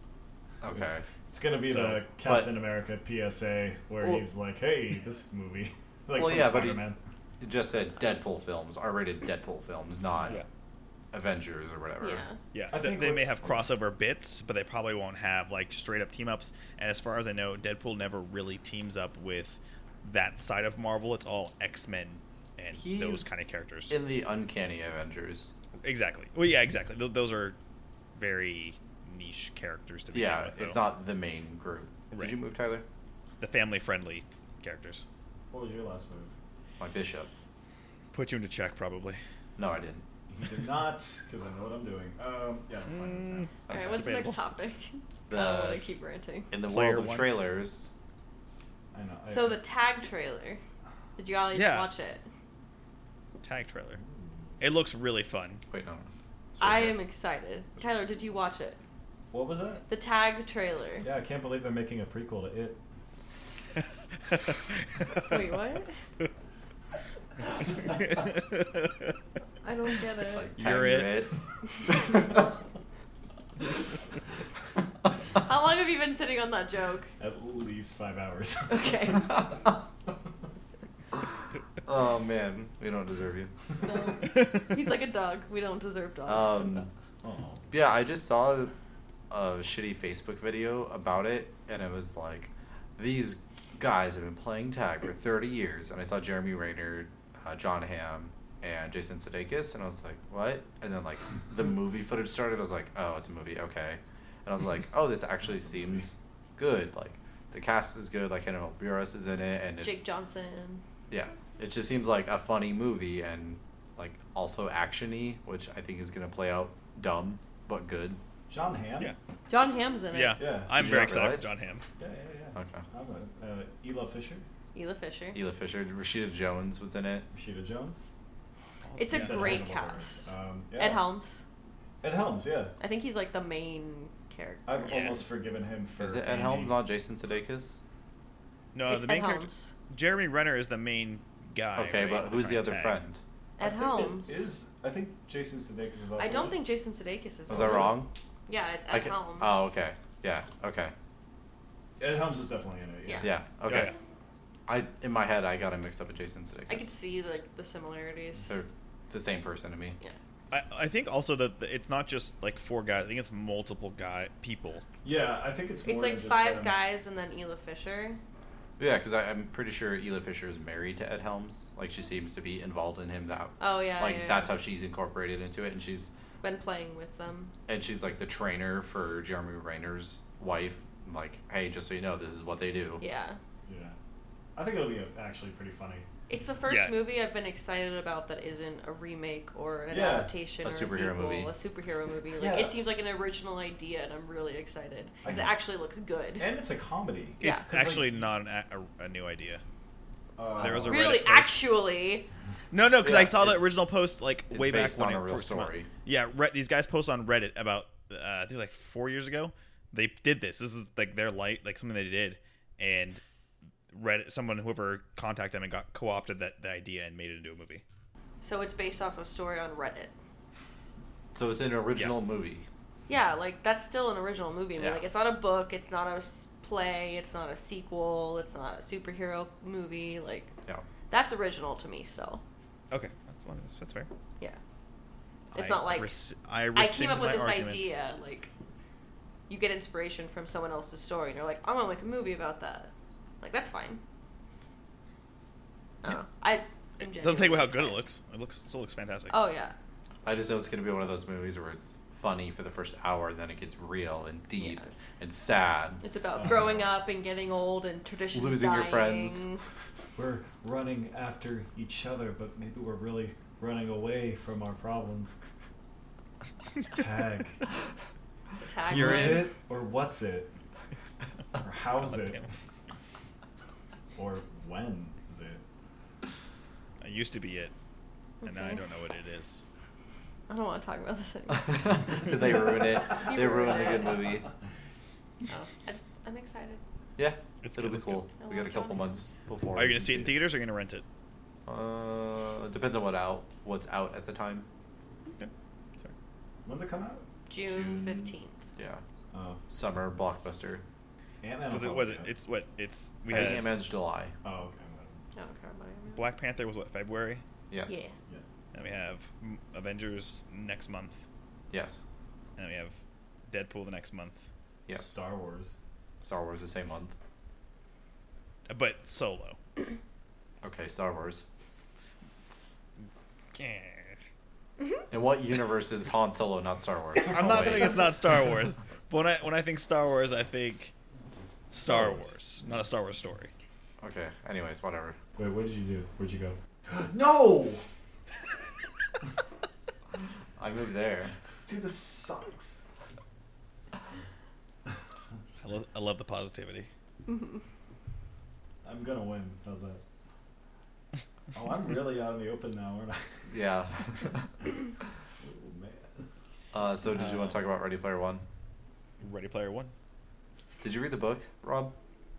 [SPEAKER 1] okay.
[SPEAKER 2] It's gonna be
[SPEAKER 4] So-
[SPEAKER 2] the
[SPEAKER 1] But-
[SPEAKER 2] Captain America PSA where
[SPEAKER 1] Well-
[SPEAKER 2] he's like, "Hey, this movie." like
[SPEAKER 1] Well,
[SPEAKER 2] from
[SPEAKER 1] yeah, but he-
[SPEAKER 2] Spider-Man.
[SPEAKER 1] It just said Deadpool films, R-rated Deadpool films, not
[SPEAKER 4] Yeah.
[SPEAKER 1] Avengers or whatever.
[SPEAKER 3] Yeah.
[SPEAKER 4] Yeah,
[SPEAKER 2] I
[SPEAKER 4] I
[SPEAKER 2] think
[SPEAKER 4] think they
[SPEAKER 2] we're-
[SPEAKER 4] may have crossover bits, but they probably won't have like straight up team ups. And as far as I know, Deadpool never really teams up with that side of Marvel. It's all X Men and
[SPEAKER 1] He's
[SPEAKER 4] those kind of characters.
[SPEAKER 1] In the Uncanny Avengers.
[SPEAKER 4] exactly. Well, yeah, exactly. Th- those are very niche characters to begin
[SPEAKER 1] Yeah,
[SPEAKER 4] with.
[SPEAKER 1] it's
[SPEAKER 4] though.
[SPEAKER 1] not the main group.
[SPEAKER 4] Right.
[SPEAKER 1] Did you move Tyler?
[SPEAKER 4] the family friendly characters.
[SPEAKER 2] What was your last move?
[SPEAKER 1] My bishop.
[SPEAKER 4] Put you into check, probably.
[SPEAKER 1] No, I didn't.
[SPEAKER 2] You did not, because I know what I'm doing. Um, yeah, it's fine.
[SPEAKER 4] Mm.
[SPEAKER 3] All
[SPEAKER 1] Okay.
[SPEAKER 3] right. What's the
[SPEAKER 4] Debatable.
[SPEAKER 3] next topic? I
[SPEAKER 1] The-
[SPEAKER 3] don't want to keep ranting.
[SPEAKER 1] In the
[SPEAKER 4] Player
[SPEAKER 1] world of
[SPEAKER 4] one.
[SPEAKER 1] trailers,
[SPEAKER 2] I know. I,
[SPEAKER 3] So the tag trailer. Did you all
[SPEAKER 4] Yeah.
[SPEAKER 3] watch it?
[SPEAKER 4] Tag trailer. It looks really fun.
[SPEAKER 1] wait no. It's right
[SPEAKER 3] I
[SPEAKER 1] here.
[SPEAKER 3] am excited. Tyler, did you watch it?
[SPEAKER 2] what was that?
[SPEAKER 3] The tag trailer.
[SPEAKER 2] Yeah, I can't believe they're making a prequel to it.
[SPEAKER 3] Wait, what? I don't get it.
[SPEAKER 1] Like,
[SPEAKER 4] You're
[SPEAKER 1] Tag,
[SPEAKER 4] it.
[SPEAKER 3] How long have you been sitting on that joke?
[SPEAKER 2] At least five hours.
[SPEAKER 3] Okay.
[SPEAKER 1] oh man, we don't deserve you.
[SPEAKER 3] No. He's like a dog. We don't deserve dogs.
[SPEAKER 1] Um,
[SPEAKER 2] oh.
[SPEAKER 1] yeah, I just saw a shitty Facebook video about it, and it was like, these guys have been playing tag for 30 years, and I saw Jeremy Rayner, uh, John Hamm, and Jason Sudeikis, and I was like, what? And then like the movie footage started. I was like, oh, it's a movie, okay. And I was like, oh, this actually seems good. Like the cast is good. Like I know Burris is in it, and it's
[SPEAKER 3] Jake Johnson.
[SPEAKER 1] yeah, it just seems like a funny movie and like also actiony, which I think is gonna play out dumb but good.
[SPEAKER 2] John Hamm?
[SPEAKER 4] Yeah.
[SPEAKER 3] John Hamm's in it.
[SPEAKER 4] yeah.
[SPEAKER 2] Yeah.
[SPEAKER 4] I'm
[SPEAKER 1] Did you
[SPEAKER 4] very
[SPEAKER 1] not
[SPEAKER 4] excited
[SPEAKER 1] realize?
[SPEAKER 4] for John Hamm.
[SPEAKER 2] Yeah, yeah, yeah.
[SPEAKER 1] Okay.
[SPEAKER 2] I'm a, uh, Ela Fisher,
[SPEAKER 3] Ela Fisher.
[SPEAKER 1] Ela Fisher, Rashida Jones was in it.
[SPEAKER 2] Rashida Jones.
[SPEAKER 3] It's a
[SPEAKER 2] You said
[SPEAKER 3] great
[SPEAKER 2] Hannibal Buress.
[SPEAKER 3] cast.
[SPEAKER 2] Um, yeah.
[SPEAKER 3] Ed Helms.
[SPEAKER 2] Ed Helms, yeah.
[SPEAKER 3] I think he's like the main character.
[SPEAKER 2] I've
[SPEAKER 4] Yeah.
[SPEAKER 2] almost forgiven him for.
[SPEAKER 1] Is it Ed
[SPEAKER 2] Andy.
[SPEAKER 1] Helms, not Jason Sudeikis?
[SPEAKER 4] No,
[SPEAKER 3] It's
[SPEAKER 4] Uh, the main
[SPEAKER 3] Ed
[SPEAKER 4] character.
[SPEAKER 3] Helms.
[SPEAKER 4] Jeremy Renner is the main guy.
[SPEAKER 1] okay,
[SPEAKER 4] right,
[SPEAKER 1] but who's the
[SPEAKER 4] behind
[SPEAKER 1] other
[SPEAKER 4] Tag.
[SPEAKER 1] friend?
[SPEAKER 2] I
[SPEAKER 3] Ed
[SPEAKER 2] think it
[SPEAKER 3] Helms.
[SPEAKER 2] Is I think Jason Sudeikis is also.
[SPEAKER 3] I don't
[SPEAKER 2] in
[SPEAKER 3] think
[SPEAKER 2] it.
[SPEAKER 3] Jason Sudeikis is.
[SPEAKER 1] Was I
[SPEAKER 3] in it.
[SPEAKER 1] wrong?
[SPEAKER 3] Yeah, it's
[SPEAKER 1] I
[SPEAKER 3] Ed
[SPEAKER 1] ca-
[SPEAKER 3] Helms.
[SPEAKER 1] Oh, okay. Yeah. Okay.
[SPEAKER 2] Ed Helms is definitely in it. Yeah.
[SPEAKER 3] Yeah.
[SPEAKER 1] Yeah. Okay.
[SPEAKER 4] Yeah.
[SPEAKER 1] I in my head I got him mixed up with Jason Sudeikis.
[SPEAKER 3] I could see like the similarities.
[SPEAKER 1] They're the same person to me.
[SPEAKER 3] Yeah.
[SPEAKER 4] I, I think also that the- it's not just like four guys. I think it's multiple guy people.
[SPEAKER 2] Yeah, I think it's. More
[SPEAKER 3] It's
[SPEAKER 2] than
[SPEAKER 3] like
[SPEAKER 2] just
[SPEAKER 3] five
[SPEAKER 2] him.
[SPEAKER 3] guys and then Ela Fisher.
[SPEAKER 1] Yeah, because I'm pretty sure Ela Fisher is married to Ed Helms. Like she seems to be involved in him that
[SPEAKER 3] Oh yeah.
[SPEAKER 1] like
[SPEAKER 3] yeah,
[SPEAKER 1] that's
[SPEAKER 3] yeah.
[SPEAKER 1] how she's incorporated into it and she's
[SPEAKER 3] been playing with them.
[SPEAKER 1] and she's like the trainer for jeremy rayner's wife I'm like hey just so you know this is what they do
[SPEAKER 3] Yeah.
[SPEAKER 2] Yeah. I think it'll be a- actually pretty funny.
[SPEAKER 3] It's the first
[SPEAKER 4] Yeah.
[SPEAKER 3] movie I've been excited about that isn't a remake or an
[SPEAKER 2] Yeah.
[SPEAKER 3] adaptation
[SPEAKER 1] A
[SPEAKER 3] or
[SPEAKER 1] superhero
[SPEAKER 3] a sequel,
[SPEAKER 1] movie.
[SPEAKER 3] a superhero movie. Like
[SPEAKER 2] Yeah.
[SPEAKER 3] it seems like an original idea, and I'm really excited. 'Cause
[SPEAKER 2] I-
[SPEAKER 3] It actually looks good.
[SPEAKER 2] And it's a comedy.
[SPEAKER 3] Yeah.
[SPEAKER 4] It's
[SPEAKER 2] It's like-
[SPEAKER 4] actually not an, a, a new idea.
[SPEAKER 2] Uh,
[SPEAKER 4] There was a-
[SPEAKER 3] Really,
[SPEAKER 4] Reddit post.
[SPEAKER 3] actually,
[SPEAKER 4] No, no, because
[SPEAKER 1] Yeah,
[SPEAKER 4] I saw the
[SPEAKER 1] it's-
[SPEAKER 4] original post like
[SPEAKER 1] it's
[SPEAKER 4] way back
[SPEAKER 1] based
[SPEAKER 4] when
[SPEAKER 1] on
[SPEAKER 4] it
[SPEAKER 1] a real
[SPEAKER 4] first came out.
[SPEAKER 1] story.
[SPEAKER 4] Yeah, Re- these guys post on Reddit about uh, I think it was, like four years ago. They did this. This is like their light, like something they did, and Reddit someone whoever contacted them and got co opted that the idea and made it into a movie.
[SPEAKER 3] so it's based off of story on Reddit.
[SPEAKER 1] So it's an original movie.
[SPEAKER 3] Yeah, like that's still an original movie. I mean,
[SPEAKER 1] Yeah.
[SPEAKER 3] Like it's not a book, it's not a s- play, it's not a sequel, it's not a superhero movie. Like
[SPEAKER 1] Yeah.
[SPEAKER 3] that's original to me still.
[SPEAKER 4] Okay, that's one. That's, that's fair.
[SPEAKER 3] Yeah, It's
[SPEAKER 4] I
[SPEAKER 3] not like-
[SPEAKER 4] res- I,
[SPEAKER 3] I came
[SPEAKER 4] rescind
[SPEAKER 3] up with
[SPEAKER 4] my
[SPEAKER 3] this
[SPEAKER 4] argument.
[SPEAKER 3] idea. Like you get inspiration from someone else's story, and you're like, I'm gonna make a movie about that. Like that's fine. I don't know. Oh. I am
[SPEAKER 4] It doesn't take away how good it
[SPEAKER 3] genuinely
[SPEAKER 4] looks. It looks still looks fantastic.
[SPEAKER 3] excited. Oh yeah,
[SPEAKER 1] I just know it's going to be one of those movies where it's funny for the first hour, and then it gets real and deep
[SPEAKER 3] Yeah.
[SPEAKER 1] and sad.
[SPEAKER 3] it's about
[SPEAKER 2] Uh,
[SPEAKER 3] growing up and getting old and traditions
[SPEAKER 1] Losing your friends.
[SPEAKER 3] dying.
[SPEAKER 2] we're running after each other, but maybe we're really running away from our problems. Tag.
[SPEAKER 3] Tag
[SPEAKER 4] You're
[SPEAKER 2] Who's
[SPEAKER 3] line.
[SPEAKER 4] in.
[SPEAKER 2] it or what's it or how's
[SPEAKER 4] God
[SPEAKER 2] it
[SPEAKER 4] damn
[SPEAKER 2] or when is it?
[SPEAKER 4] It used to be it, and now I
[SPEAKER 3] Okay.
[SPEAKER 4] don't know what it is.
[SPEAKER 3] I don't want to talk about this anymore.
[SPEAKER 1] they ruin it.
[SPEAKER 2] You
[SPEAKER 1] They ruin
[SPEAKER 3] ruined
[SPEAKER 1] a good
[SPEAKER 3] it.
[SPEAKER 1] movie.
[SPEAKER 3] Oh, I just, I'm excited.
[SPEAKER 1] Yeah,
[SPEAKER 4] It's
[SPEAKER 1] it'll
[SPEAKER 4] good,
[SPEAKER 1] be
[SPEAKER 4] it's
[SPEAKER 1] cool.
[SPEAKER 3] good.
[SPEAKER 1] We got a couple months before.
[SPEAKER 4] Are
[SPEAKER 1] we
[SPEAKER 4] you gonna
[SPEAKER 1] can
[SPEAKER 4] see it in theaters or are you gonna rent it?
[SPEAKER 1] Uh, depends on what out what's out at the time.
[SPEAKER 4] Okay. Sorry.
[SPEAKER 2] When's it come out?
[SPEAKER 3] June
[SPEAKER 1] June.
[SPEAKER 3] fifteenth.
[SPEAKER 1] Yeah,
[SPEAKER 2] Oh,
[SPEAKER 1] summer blockbuster.
[SPEAKER 2] Ant Man.
[SPEAKER 4] Because it was it. It's what it's we
[SPEAKER 1] I
[SPEAKER 4] had.
[SPEAKER 1] think it managed July.
[SPEAKER 2] Oh, okay. whatever.
[SPEAKER 3] I don't care about it.
[SPEAKER 4] Black Panther was what February,
[SPEAKER 1] Yes.
[SPEAKER 3] Yeah.
[SPEAKER 2] Yeah.
[SPEAKER 4] and we have mm, Avengers next month,
[SPEAKER 1] Yes.
[SPEAKER 4] and we have Deadpool the next month.
[SPEAKER 1] Yeah.
[SPEAKER 2] Star Wars.
[SPEAKER 1] Star Wars the same month.
[SPEAKER 4] Uh, But Solo.
[SPEAKER 1] Okay, Star Wars.
[SPEAKER 4] Yeah.
[SPEAKER 1] In what universe is Han Solo not Star Wars?
[SPEAKER 4] I'm
[SPEAKER 1] Oh,
[SPEAKER 4] not
[SPEAKER 1] wait.
[SPEAKER 4] saying it's not Star Wars, but when I when I think Star Wars, I think Star Wars, not a Star Wars story.
[SPEAKER 1] Okay. Anyways, whatever.
[SPEAKER 2] Wait, what did you do? Where'd you go? no,
[SPEAKER 1] I moved there.
[SPEAKER 2] dude, this sucks.
[SPEAKER 4] I love I love the positivity.
[SPEAKER 2] I'm gonna win. How's that? Oh, I'm really out in the open now, aren't I?
[SPEAKER 1] Yeah.
[SPEAKER 2] Oh, man.
[SPEAKER 1] Uh, so did you want to talk about Ready Player One?
[SPEAKER 4] Ready Player One.
[SPEAKER 1] Did you read the book, Rob?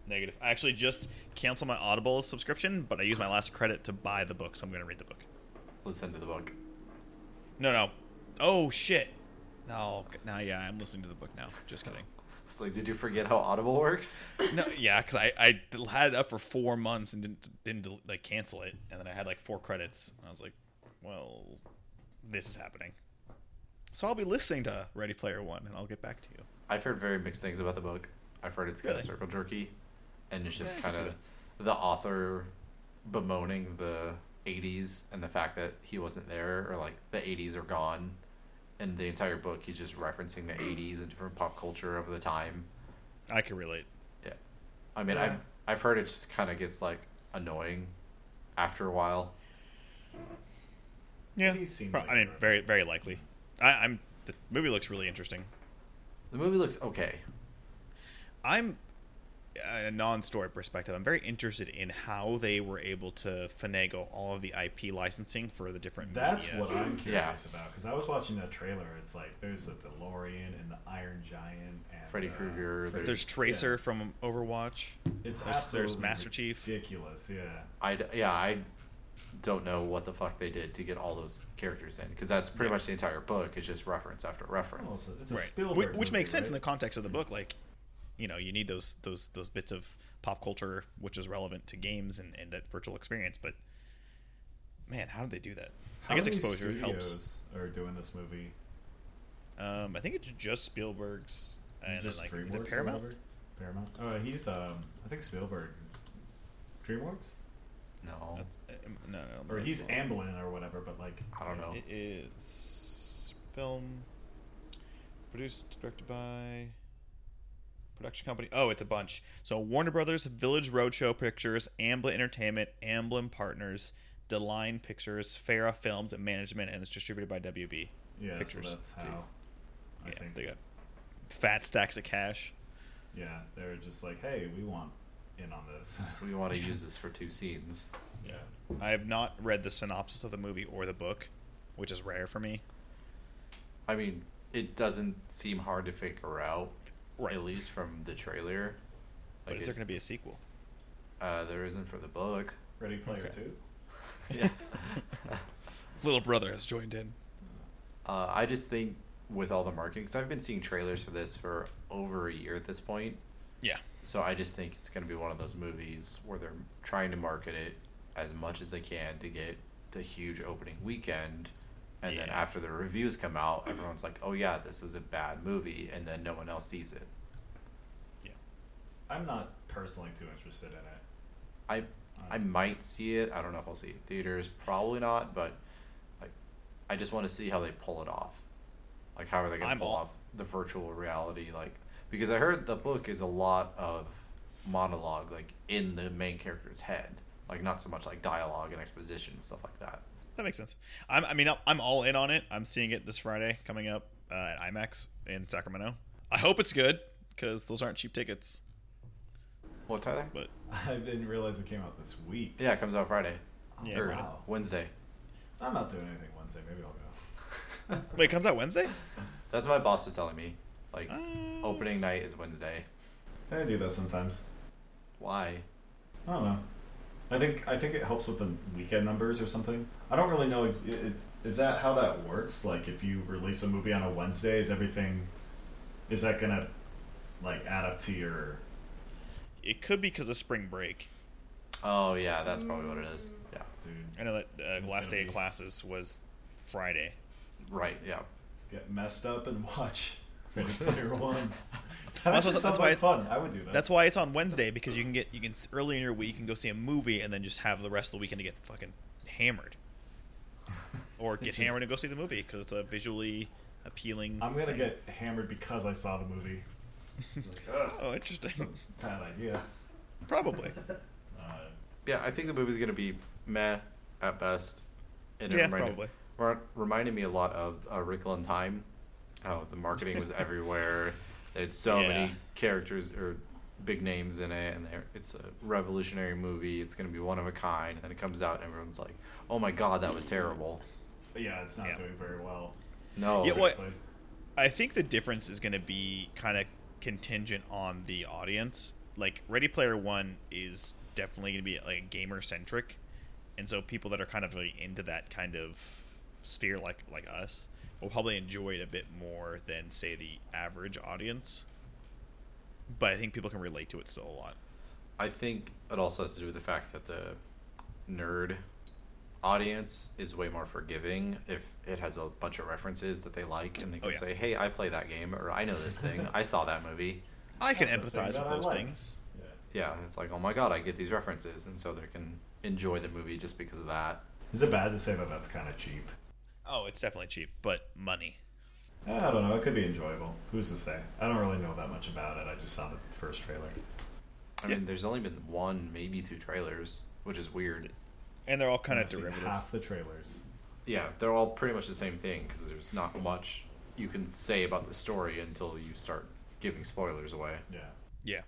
[SPEAKER 4] Negative. I actually just canceled my Audible subscription, but I used my last credit to buy the book, so I'm going to read the book.
[SPEAKER 1] Listen to the book.
[SPEAKER 4] No, no. Oh shit. No, g- no, yeah, I'm listening to the book now. Just kidding.
[SPEAKER 1] It's like, did you forget how Audible works?
[SPEAKER 4] No, yeah, because I, I had it up for four months and didn't didn't del- like cancel it, and then I had like four credits, and I was like, well, this is happening. So I'll be listening to Ready Player One, and I'll get back to you.
[SPEAKER 1] I've heard very mixed things about the book. I've heard it's kind
[SPEAKER 4] Really?
[SPEAKER 1] of circle jerky, and it's just
[SPEAKER 4] Yeah, I can
[SPEAKER 1] kind
[SPEAKER 4] see
[SPEAKER 1] of the author bemoaning the '80s and the fact that he wasn't there, or like the '80s are gone, and the entire book he's just referencing the '80s and different pop culture of the time.
[SPEAKER 4] I can relate.
[SPEAKER 1] Yeah, I mean, I've
[SPEAKER 2] Yeah.
[SPEAKER 1] I've heard it just kind of gets like annoying after a while.
[SPEAKER 4] Yeah,
[SPEAKER 2] He seemed
[SPEAKER 4] pro-
[SPEAKER 2] like
[SPEAKER 4] I mean,
[SPEAKER 2] a-
[SPEAKER 4] very very likely. I, I'm the movie looks really interesting.
[SPEAKER 1] The movie looks okay.
[SPEAKER 4] I'm uh, in a non-story perspective. I'm very interested in how they were able to finagle all of the IP licensing for the different.
[SPEAKER 2] That's
[SPEAKER 4] media.
[SPEAKER 2] what I'm
[SPEAKER 1] Yeah.
[SPEAKER 2] curious about, 'cause about because I was watching that trailer. It's like there's the DeLorean and the Iron Giant and
[SPEAKER 1] Freddy
[SPEAKER 2] uh,
[SPEAKER 1] Krueger,
[SPEAKER 2] Freddy-
[SPEAKER 4] There's Tracer from Overwatch.
[SPEAKER 2] It's
[SPEAKER 4] there's- there's
[SPEAKER 2] absolutely
[SPEAKER 4] Master Chief.
[SPEAKER 2] Ridiculous, yeah.
[SPEAKER 1] I d- yeah I don't know what the fuck they did to get all those characters in because that's pretty much the entire book is just reference after
[SPEAKER 4] Oh,
[SPEAKER 2] Well, it's
[SPEAKER 1] reference.
[SPEAKER 2] a, it's a
[SPEAKER 4] Right.
[SPEAKER 2] Spielberg,
[SPEAKER 4] Which, which
[SPEAKER 2] movie,
[SPEAKER 4] makes sense in the
[SPEAKER 2] right?
[SPEAKER 4] context of the book. Like, you know, you need those those those bits of pop culture which is relevant to games and, and that virtual experience. But man, how did they do that?
[SPEAKER 2] How
[SPEAKER 4] I guess
[SPEAKER 2] many
[SPEAKER 4] exposure helps.
[SPEAKER 2] studios Are doing this movie?
[SPEAKER 4] Um, I think it's just Spielberg's
[SPEAKER 2] Is it
[SPEAKER 4] and then
[SPEAKER 2] just
[SPEAKER 4] Uh, like
[SPEAKER 2] DreamWorks
[SPEAKER 4] is
[SPEAKER 2] or
[SPEAKER 4] it Paramount?
[SPEAKER 2] whatever? Paramount. Oh, he's um, I think Spielberg, DreamWorks,
[SPEAKER 1] No,
[SPEAKER 4] That's, um, no, no,
[SPEAKER 2] or
[SPEAKER 4] no,
[SPEAKER 2] he's
[SPEAKER 4] no.
[SPEAKER 2] Amblin or whatever. But like,
[SPEAKER 1] I don't know.
[SPEAKER 4] It is film produced, directed by production company. Oh, it's a bunch. So Warner Brothers, Village Roadshow Pictures, Amblin Entertainment, Amblin Partners, Deline Pictures, Farah Films and Management, and it's distributed by WB.
[SPEAKER 2] yeah,
[SPEAKER 4] Pictures.
[SPEAKER 2] So that's how.
[SPEAKER 1] Jeez.
[SPEAKER 2] I
[SPEAKER 4] yeah,
[SPEAKER 2] think.
[SPEAKER 4] they got fat stacks of cash.
[SPEAKER 2] Yeah, they're just like, hey, we want in on this.
[SPEAKER 1] We want to use this for two scenes.
[SPEAKER 2] yeah.
[SPEAKER 4] I have not read the synopsis of the movie or the book, which is rare for me.
[SPEAKER 1] I mean, it doesn't seem hard to figure out,
[SPEAKER 4] Right.
[SPEAKER 1] at least from the trailer.
[SPEAKER 4] But
[SPEAKER 1] Like
[SPEAKER 4] is
[SPEAKER 1] it-
[SPEAKER 4] there going to be a sequel?
[SPEAKER 1] uh, there isn't for the book.
[SPEAKER 2] Ready Player
[SPEAKER 4] Okay.
[SPEAKER 2] Two.
[SPEAKER 1] Yeah.
[SPEAKER 5] Little brother has joined in.
[SPEAKER 1] Uh, I just think with all the marketing, because I've been seeing trailers for this for over a year at this point.
[SPEAKER 4] Yeah.
[SPEAKER 1] So I just think it's going to be one of those movies where they're trying to market it as much as they can to get the huge opening weekend. And then
[SPEAKER 4] Yeah.
[SPEAKER 1] after the reviews come out, everyone's like, oh, yeah, this is a bad movie. And then no one else sees it.
[SPEAKER 4] Yeah.
[SPEAKER 2] I'm not personally too interested in it.
[SPEAKER 1] I, I might see it. I don't know if I'll see it in theaters. Probably not. But like, I just want to see how they pull it off. Like, how are they going
[SPEAKER 4] I'm
[SPEAKER 1] to pull
[SPEAKER 4] all-
[SPEAKER 1] off the virtual reality? Like, because I heard the book is a lot of monologue, like in the main character's head. Like, not so much like dialogue and exposition and stuff like that.
[SPEAKER 4] That makes sense. I'm, I mean, I'm- I'm all in on it. I'm seeing it this Friday coming up uh, at IMAX in Sacramento. I hope it's good because those aren't cheap tickets.
[SPEAKER 1] What, Tyler?
[SPEAKER 4] But
[SPEAKER 2] I didn't realize it came out this week.
[SPEAKER 1] Yeah, it comes out Friday.
[SPEAKER 4] Yeah,
[SPEAKER 1] or
[SPEAKER 2] wow.
[SPEAKER 1] Wednesday.
[SPEAKER 2] I'm not doing anything Wednesday. Maybe I'll go.
[SPEAKER 4] wait, it comes out Wednesday.
[SPEAKER 1] That's what my boss was telling me. Like,
[SPEAKER 4] Oh.
[SPEAKER 1] opening night is Wednesday.
[SPEAKER 2] I do that sometimes.
[SPEAKER 1] Why?
[SPEAKER 2] I don't know. I think I think it helps with the weekend numbers or something. I don't really know. Ex- is, is that how that works? Like, if you release a movie on a Wednesday, is everything? Is that gonna like add up to your?
[SPEAKER 4] It could be because of spring break.
[SPEAKER 1] Oh, yeah, that's probably what it is. Yeah.
[SPEAKER 2] Dude,
[SPEAKER 4] I know that uh,
[SPEAKER 2] It's
[SPEAKER 4] last
[SPEAKER 2] gonna
[SPEAKER 4] day of
[SPEAKER 2] be-
[SPEAKER 4] classes was Friday.
[SPEAKER 1] Right, yeah.
[SPEAKER 2] just get messed up and watch Ready Player One. That
[SPEAKER 4] That's
[SPEAKER 2] that's
[SPEAKER 4] what-
[SPEAKER 2] sounds
[SPEAKER 4] that's why
[SPEAKER 2] like fun.
[SPEAKER 4] I-
[SPEAKER 2] I would do that.
[SPEAKER 4] That's why it's on Wednesday because you can get you can s- early in your week you can go see a movie and then just have the rest of the weekend to get fucking hammered, or get
[SPEAKER 2] Just-
[SPEAKER 4] hammered and go see the movie because it's a visually appealing.
[SPEAKER 2] I'm gonna
[SPEAKER 4] thing.
[SPEAKER 2] get hammered because I saw the movie. Like, ugh,
[SPEAKER 4] Oh, interesting.
[SPEAKER 2] bad idea.
[SPEAKER 4] Probably.
[SPEAKER 2] Uh,
[SPEAKER 1] Yeah, I think the movie's gonna be meh at best. And
[SPEAKER 4] Yeah,
[SPEAKER 1] reminded, re- reminded me a lot of uh, Wrinkle in Time. How the marketing was everywhere. It's so many
[SPEAKER 4] Yeah.
[SPEAKER 1] characters or big names in it, and they're- it's a revolutionary movie. It's gonna be one of a kind. And then it comes out, and everyone's like, "Oh my god, that was terrible."
[SPEAKER 2] but yeah, it's not
[SPEAKER 4] Yeah.
[SPEAKER 2] doing very well.
[SPEAKER 1] No,
[SPEAKER 4] Yeah, what-
[SPEAKER 2] Like,
[SPEAKER 4] I think the difference is going to be kind of contingent on the audience. Like Ready Player One is definitely going to be like gamer centric, and so people that are kind of really into that kind of sphere, like like us, will probably enjoy it a bit more than say the average audience. But I think people can relate to it still a lot.
[SPEAKER 1] I think it also has to do with the fact that the nerd audience is way more forgiving if it has a bunch of references that they like and they can
[SPEAKER 4] Oh, yeah.
[SPEAKER 1] say, "Hey, I play that game," or "I know this thing. I saw that movie."
[SPEAKER 4] I can
[SPEAKER 2] That's the thing
[SPEAKER 4] empathize with
[SPEAKER 2] that I
[SPEAKER 4] those
[SPEAKER 2] like.
[SPEAKER 4] things.
[SPEAKER 2] yeah.
[SPEAKER 1] Yeah, it's like, "Oh my god, I get these references," and so they can enjoy the movie just because of that.
[SPEAKER 2] Is it bad to say that that's kind of cheap?
[SPEAKER 4] Oh, it's definitely cheap, but money.
[SPEAKER 2] Eh, I don't know. It could be enjoyable. Who's to say? I don't really know that much about it. I just saw the first trailer.
[SPEAKER 1] I
[SPEAKER 4] Yeah.
[SPEAKER 1] mean, there's only been one, maybe two trailers, which is weird.
[SPEAKER 4] And they're all kind of
[SPEAKER 2] I've seen
[SPEAKER 4] derivative.
[SPEAKER 2] Half the trailers.
[SPEAKER 1] Yeah, they're all pretty much the same thing because there's not much you can say about the story until you start giving spoilers away.
[SPEAKER 2] Yeah.
[SPEAKER 4] Yeah.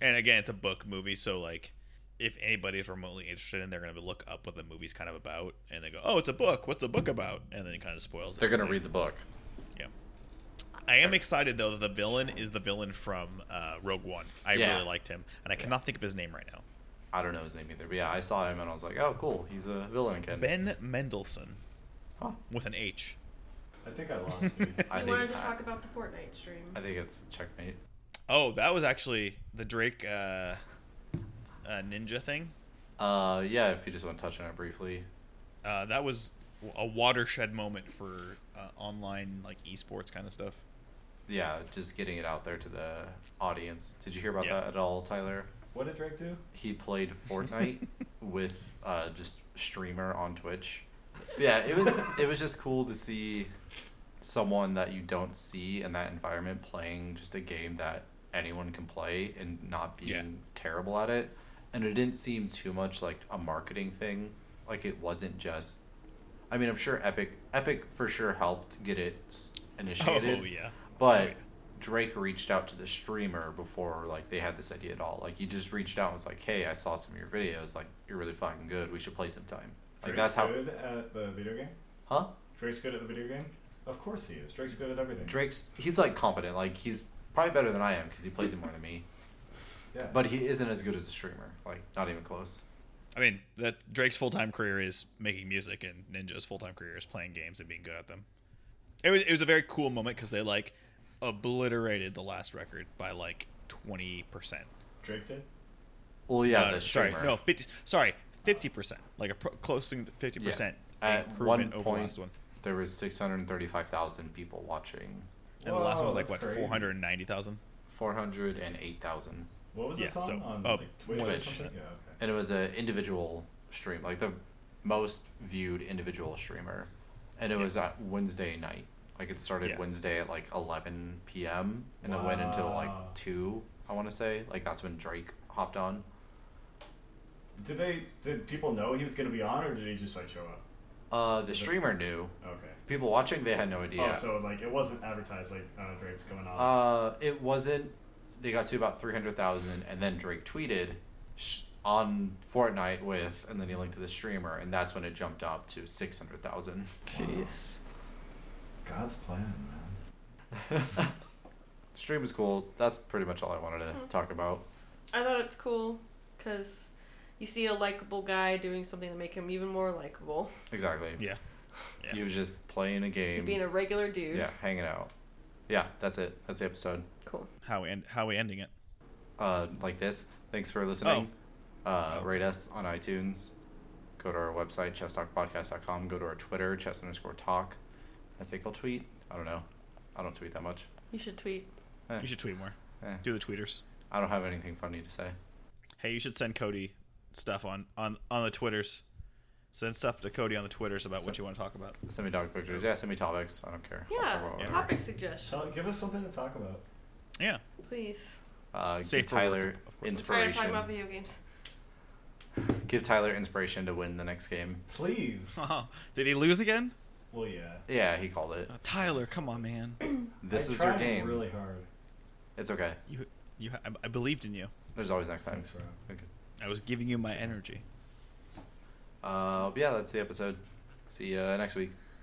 [SPEAKER 4] And again, it's a book movie, so like if anybody's remotely interested in, they're gonna look up what the movie's kind of about, and they go, "Oh, it's a book. What's the book about?" And then it kind of spoils.
[SPEAKER 1] They're gonna read
[SPEAKER 4] everything.
[SPEAKER 1] the book.
[SPEAKER 4] Yeah. I am excited though that the villain is the villain from uh, Rogue One. I
[SPEAKER 1] Yeah.
[SPEAKER 4] really liked him, and I cannot think of his name right now.
[SPEAKER 1] I don't know his name either, but yeah, I saw him and I was like, oh, cool, he's a villain again.
[SPEAKER 4] Ben Mendelsohn
[SPEAKER 1] Huh.
[SPEAKER 4] with an H.
[SPEAKER 2] I think I lost. you.
[SPEAKER 1] I think,
[SPEAKER 3] you wanted to talk about the Fortnite stream.
[SPEAKER 1] I think it's checkmate.
[SPEAKER 4] Oh, that was actually the Drake uh, uh, ninja thing.
[SPEAKER 1] Uh, yeah, if you just want to touch on it briefly,
[SPEAKER 4] Uh, that was a watershed moment for uh, online like esports kind of stuff.
[SPEAKER 1] yeah, just getting it out there to the audience. Did you hear about
[SPEAKER 4] Yeah.
[SPEAKER 1] that at all, Tyler?
[SPEAKER 2] what did Drake do?
[SPEAKER 1] He played Fortnite with uh, just streamer on Twitch. Yeah, it was it was just cool to see someone that you don't see in that environment playing just a game that anyone can play and not being
[SPEAKER 4] Yeah.
[SPEAKER 1] terrible at it. And it didn't seem too much like a marketing thing. Like it wasn't just. I mean, I'm sure Epic Epic for sure helped get it s- initiated.
[SPEAKER 4] Oh yeah.
[SPEAKER 1] But
[SPEAKER 4] Oh, yeah.
[SPEAKER 1] Drake reached out to the streamer before like they had this idea at all. Like he just reached out and was like, "Hey, I saw some of your videos. Like you're really fucking good. We should play sometime." Like
[SPEAKER 2] Drake's
[SPEAKER 1] that's how.
[SPEAKER 2] good at the video game.
[SPEAKER 1] Huh?
[SPEAKER 2] Drake's good at the video game. Of course he is. Drake's good at everything.
[SPEAKER 1] Drake's he's like competent. Like he's probably better than I am because he plays it more than me.
[SPEAKER 2] Yeah.
[SPEAKER 1] But he isn't as good as a streamer. Like not even close.
[SPEAKER 4] I mean, that Drake's full time career is making music, and Ninja's full time career is playing games and being good at them. It was it was a very cool moment because they like obliterated the last record by like twenty percent. Uh,
[SPEAKER 2] Drake did.
[SPEAKER 1] Well, yeah, the
[SPEAKER 4] sorry,
[SPEAKER 1] streamer.
[SPEAKER 4] no, fifty. Sorry, fifty percent. Like a pro- closing to fifty
[SPEAKER 1] Yeah.
[SPEAKER 4] percent
[SPEAKER 1] At
[SPEAKER 4] improvement
[SPEAKER 1] one
[SPEAKER 4] over
[SPEAKER 1] point-
[SPEAKER 4] last one.
[SPEAKER 1] There was six hundred thirty-five thousand people watching.
[SPEAKER 4] And the last one was
[SPEAKER 2] Whoa,
[SPEAKER 4] like what
[SPEAKER 2] that's crazy.
[SPEAKER 4] four hundred and ninety thousand.
[SPEAKER 1] Four hundred and eight thousand.
[SPEAKER 2] What was the
[SPEAKER 4] Yeah,
[SPEAKER 2] song
[SPEAKER 4] so oh,
[SPEAKER 2] on
[SPEAKER 4] up
[SPEAKER 2] like, Twitch? Or
[SPEAKER 1] Twitch.
[SPEAKER 2] something? Yeah. Okay.
[SPEAKER 1] and it was an individual stream, like the most viewed individual streamer, and it was at Wednesday night. Like it started
[SPEAKER 4] Yeah.
[SPEAKER 1] Wednesday at like 11 p.m. and it went until like
[SPEAKER 2] Wow.
[SPEAKER 1] two. I want to say like that's when Drake hopped on.
[SPEAKER 2] Did they? Did people know he was going to be on, or did he just like show up?
[SPEAKER 1] Uh, the streamer knew.
[SPEAKER 2] Okay.
[SPEAKER 1] People watching, they had no idea.
[SPEAKER 2] Oh, so like it wasn't advertised like uh, Drake's coming on.
[SPEAKER 1] Uh, it wasn't. They got to about 300,000, and then Drake tweeted sh- on Fortnite with, and then he linked to the streamer, and that's when it jumped up to 600,000.
[SPEAKER 3] Jeez.
[SPEAKER 2] God's plan, man.
[SPEAKER 1] Stream was cool. That's pretty much all I wanted to
[SPEAKER 3] Hmm.
[SPEAKER 1] talk about.
[SPEAKER 3] I thought it's cool because you see a likable guy doing something to make him even more likable.
[SPEAKER 1] Exactly.
[SPEAKER 4] Yeah,
[SPEAKER 1] He was just playing a game.
[SPEAKER 3] Being a regular dude.
[SPEAKER 1] yeah, hanging out. Yeah, that's it. That's the episode.
[SPEAKER 3] Cool.
[SPEAKER 4] how and how we ending it?
[SPEAKER 1] Uh, like this. Thanks for listening. Uh, rate us on iTunes. Go to our website, chesstalkpodcast.com. Go to our Twitter, chess underscore talk. I think I'll tweet. I don't know. I don't tweet that much.
[SPEAKER 3] You should tweet.
[SPEAKER 1] Eh,
[SPEAKER 4] You should tweet more.
[SPEAKER 1] eh.
[SPEAKER 4] Do the tweeters.
[SPEAKER 1] I don't have anything funny to say.
[SPEAKER 4] Hey, you should send Cody stuff on on on the twitters. Send stuff to Cody on the twitters about what you want to talk about.
[SPEAKER 1] Send me dog pictures. Yeah, send me topics. I don't care. I'll talk
[SPEAKER 3] Yeah.
[SPEAKER 1] about whatever.
[SPEAKER 3] Topic suggestions.
[SPEAKER 2] Tell, give us something to talk about.
[SPEAKER 4] Yeah.
[SPEAKER 3] Please.
[SPEAKER 1] Uh, give
[SPEAKER 4] Safe for work,
[SPEAKER 1] Tyler
[SPEAKER 4] of course.
[SPEAKER 3] I'm tired of talking
[SPEAKER 1] inspiration.
[SPEAKER 3] about video games.
[SPEAKER 1] Give Tyler inspiration to win the next game.
[SPEAKER 2] Please.
[SPEAKER 4] Oh, did he lose again?
[SPEAKER 2] well, yeah.
[SPEAKER 1] Yeah, he called it.
[SPEAKER 4] Oh, Tyler, come on, man.
[SPEAKER 1] This
[SPEAKER 2] I
[SPEAKER 1] is your
[SPEAKER 2] tried
[SPEAKER 1] game.
[SPEAKER 2] Really hard.
[SPEAKER 1] It's okay.
[SPEAKER 4] You, you, I, I believed in you.
[SPEAKER 1] There's always next time.
[SPEAKER 2] Thanks, Rob.
[SPEAKER 1] Okay.
[SPEAKER 4] I was giving you my energy.
[SPEAKER 1] Uh, yeah, that's the episode. See you next week.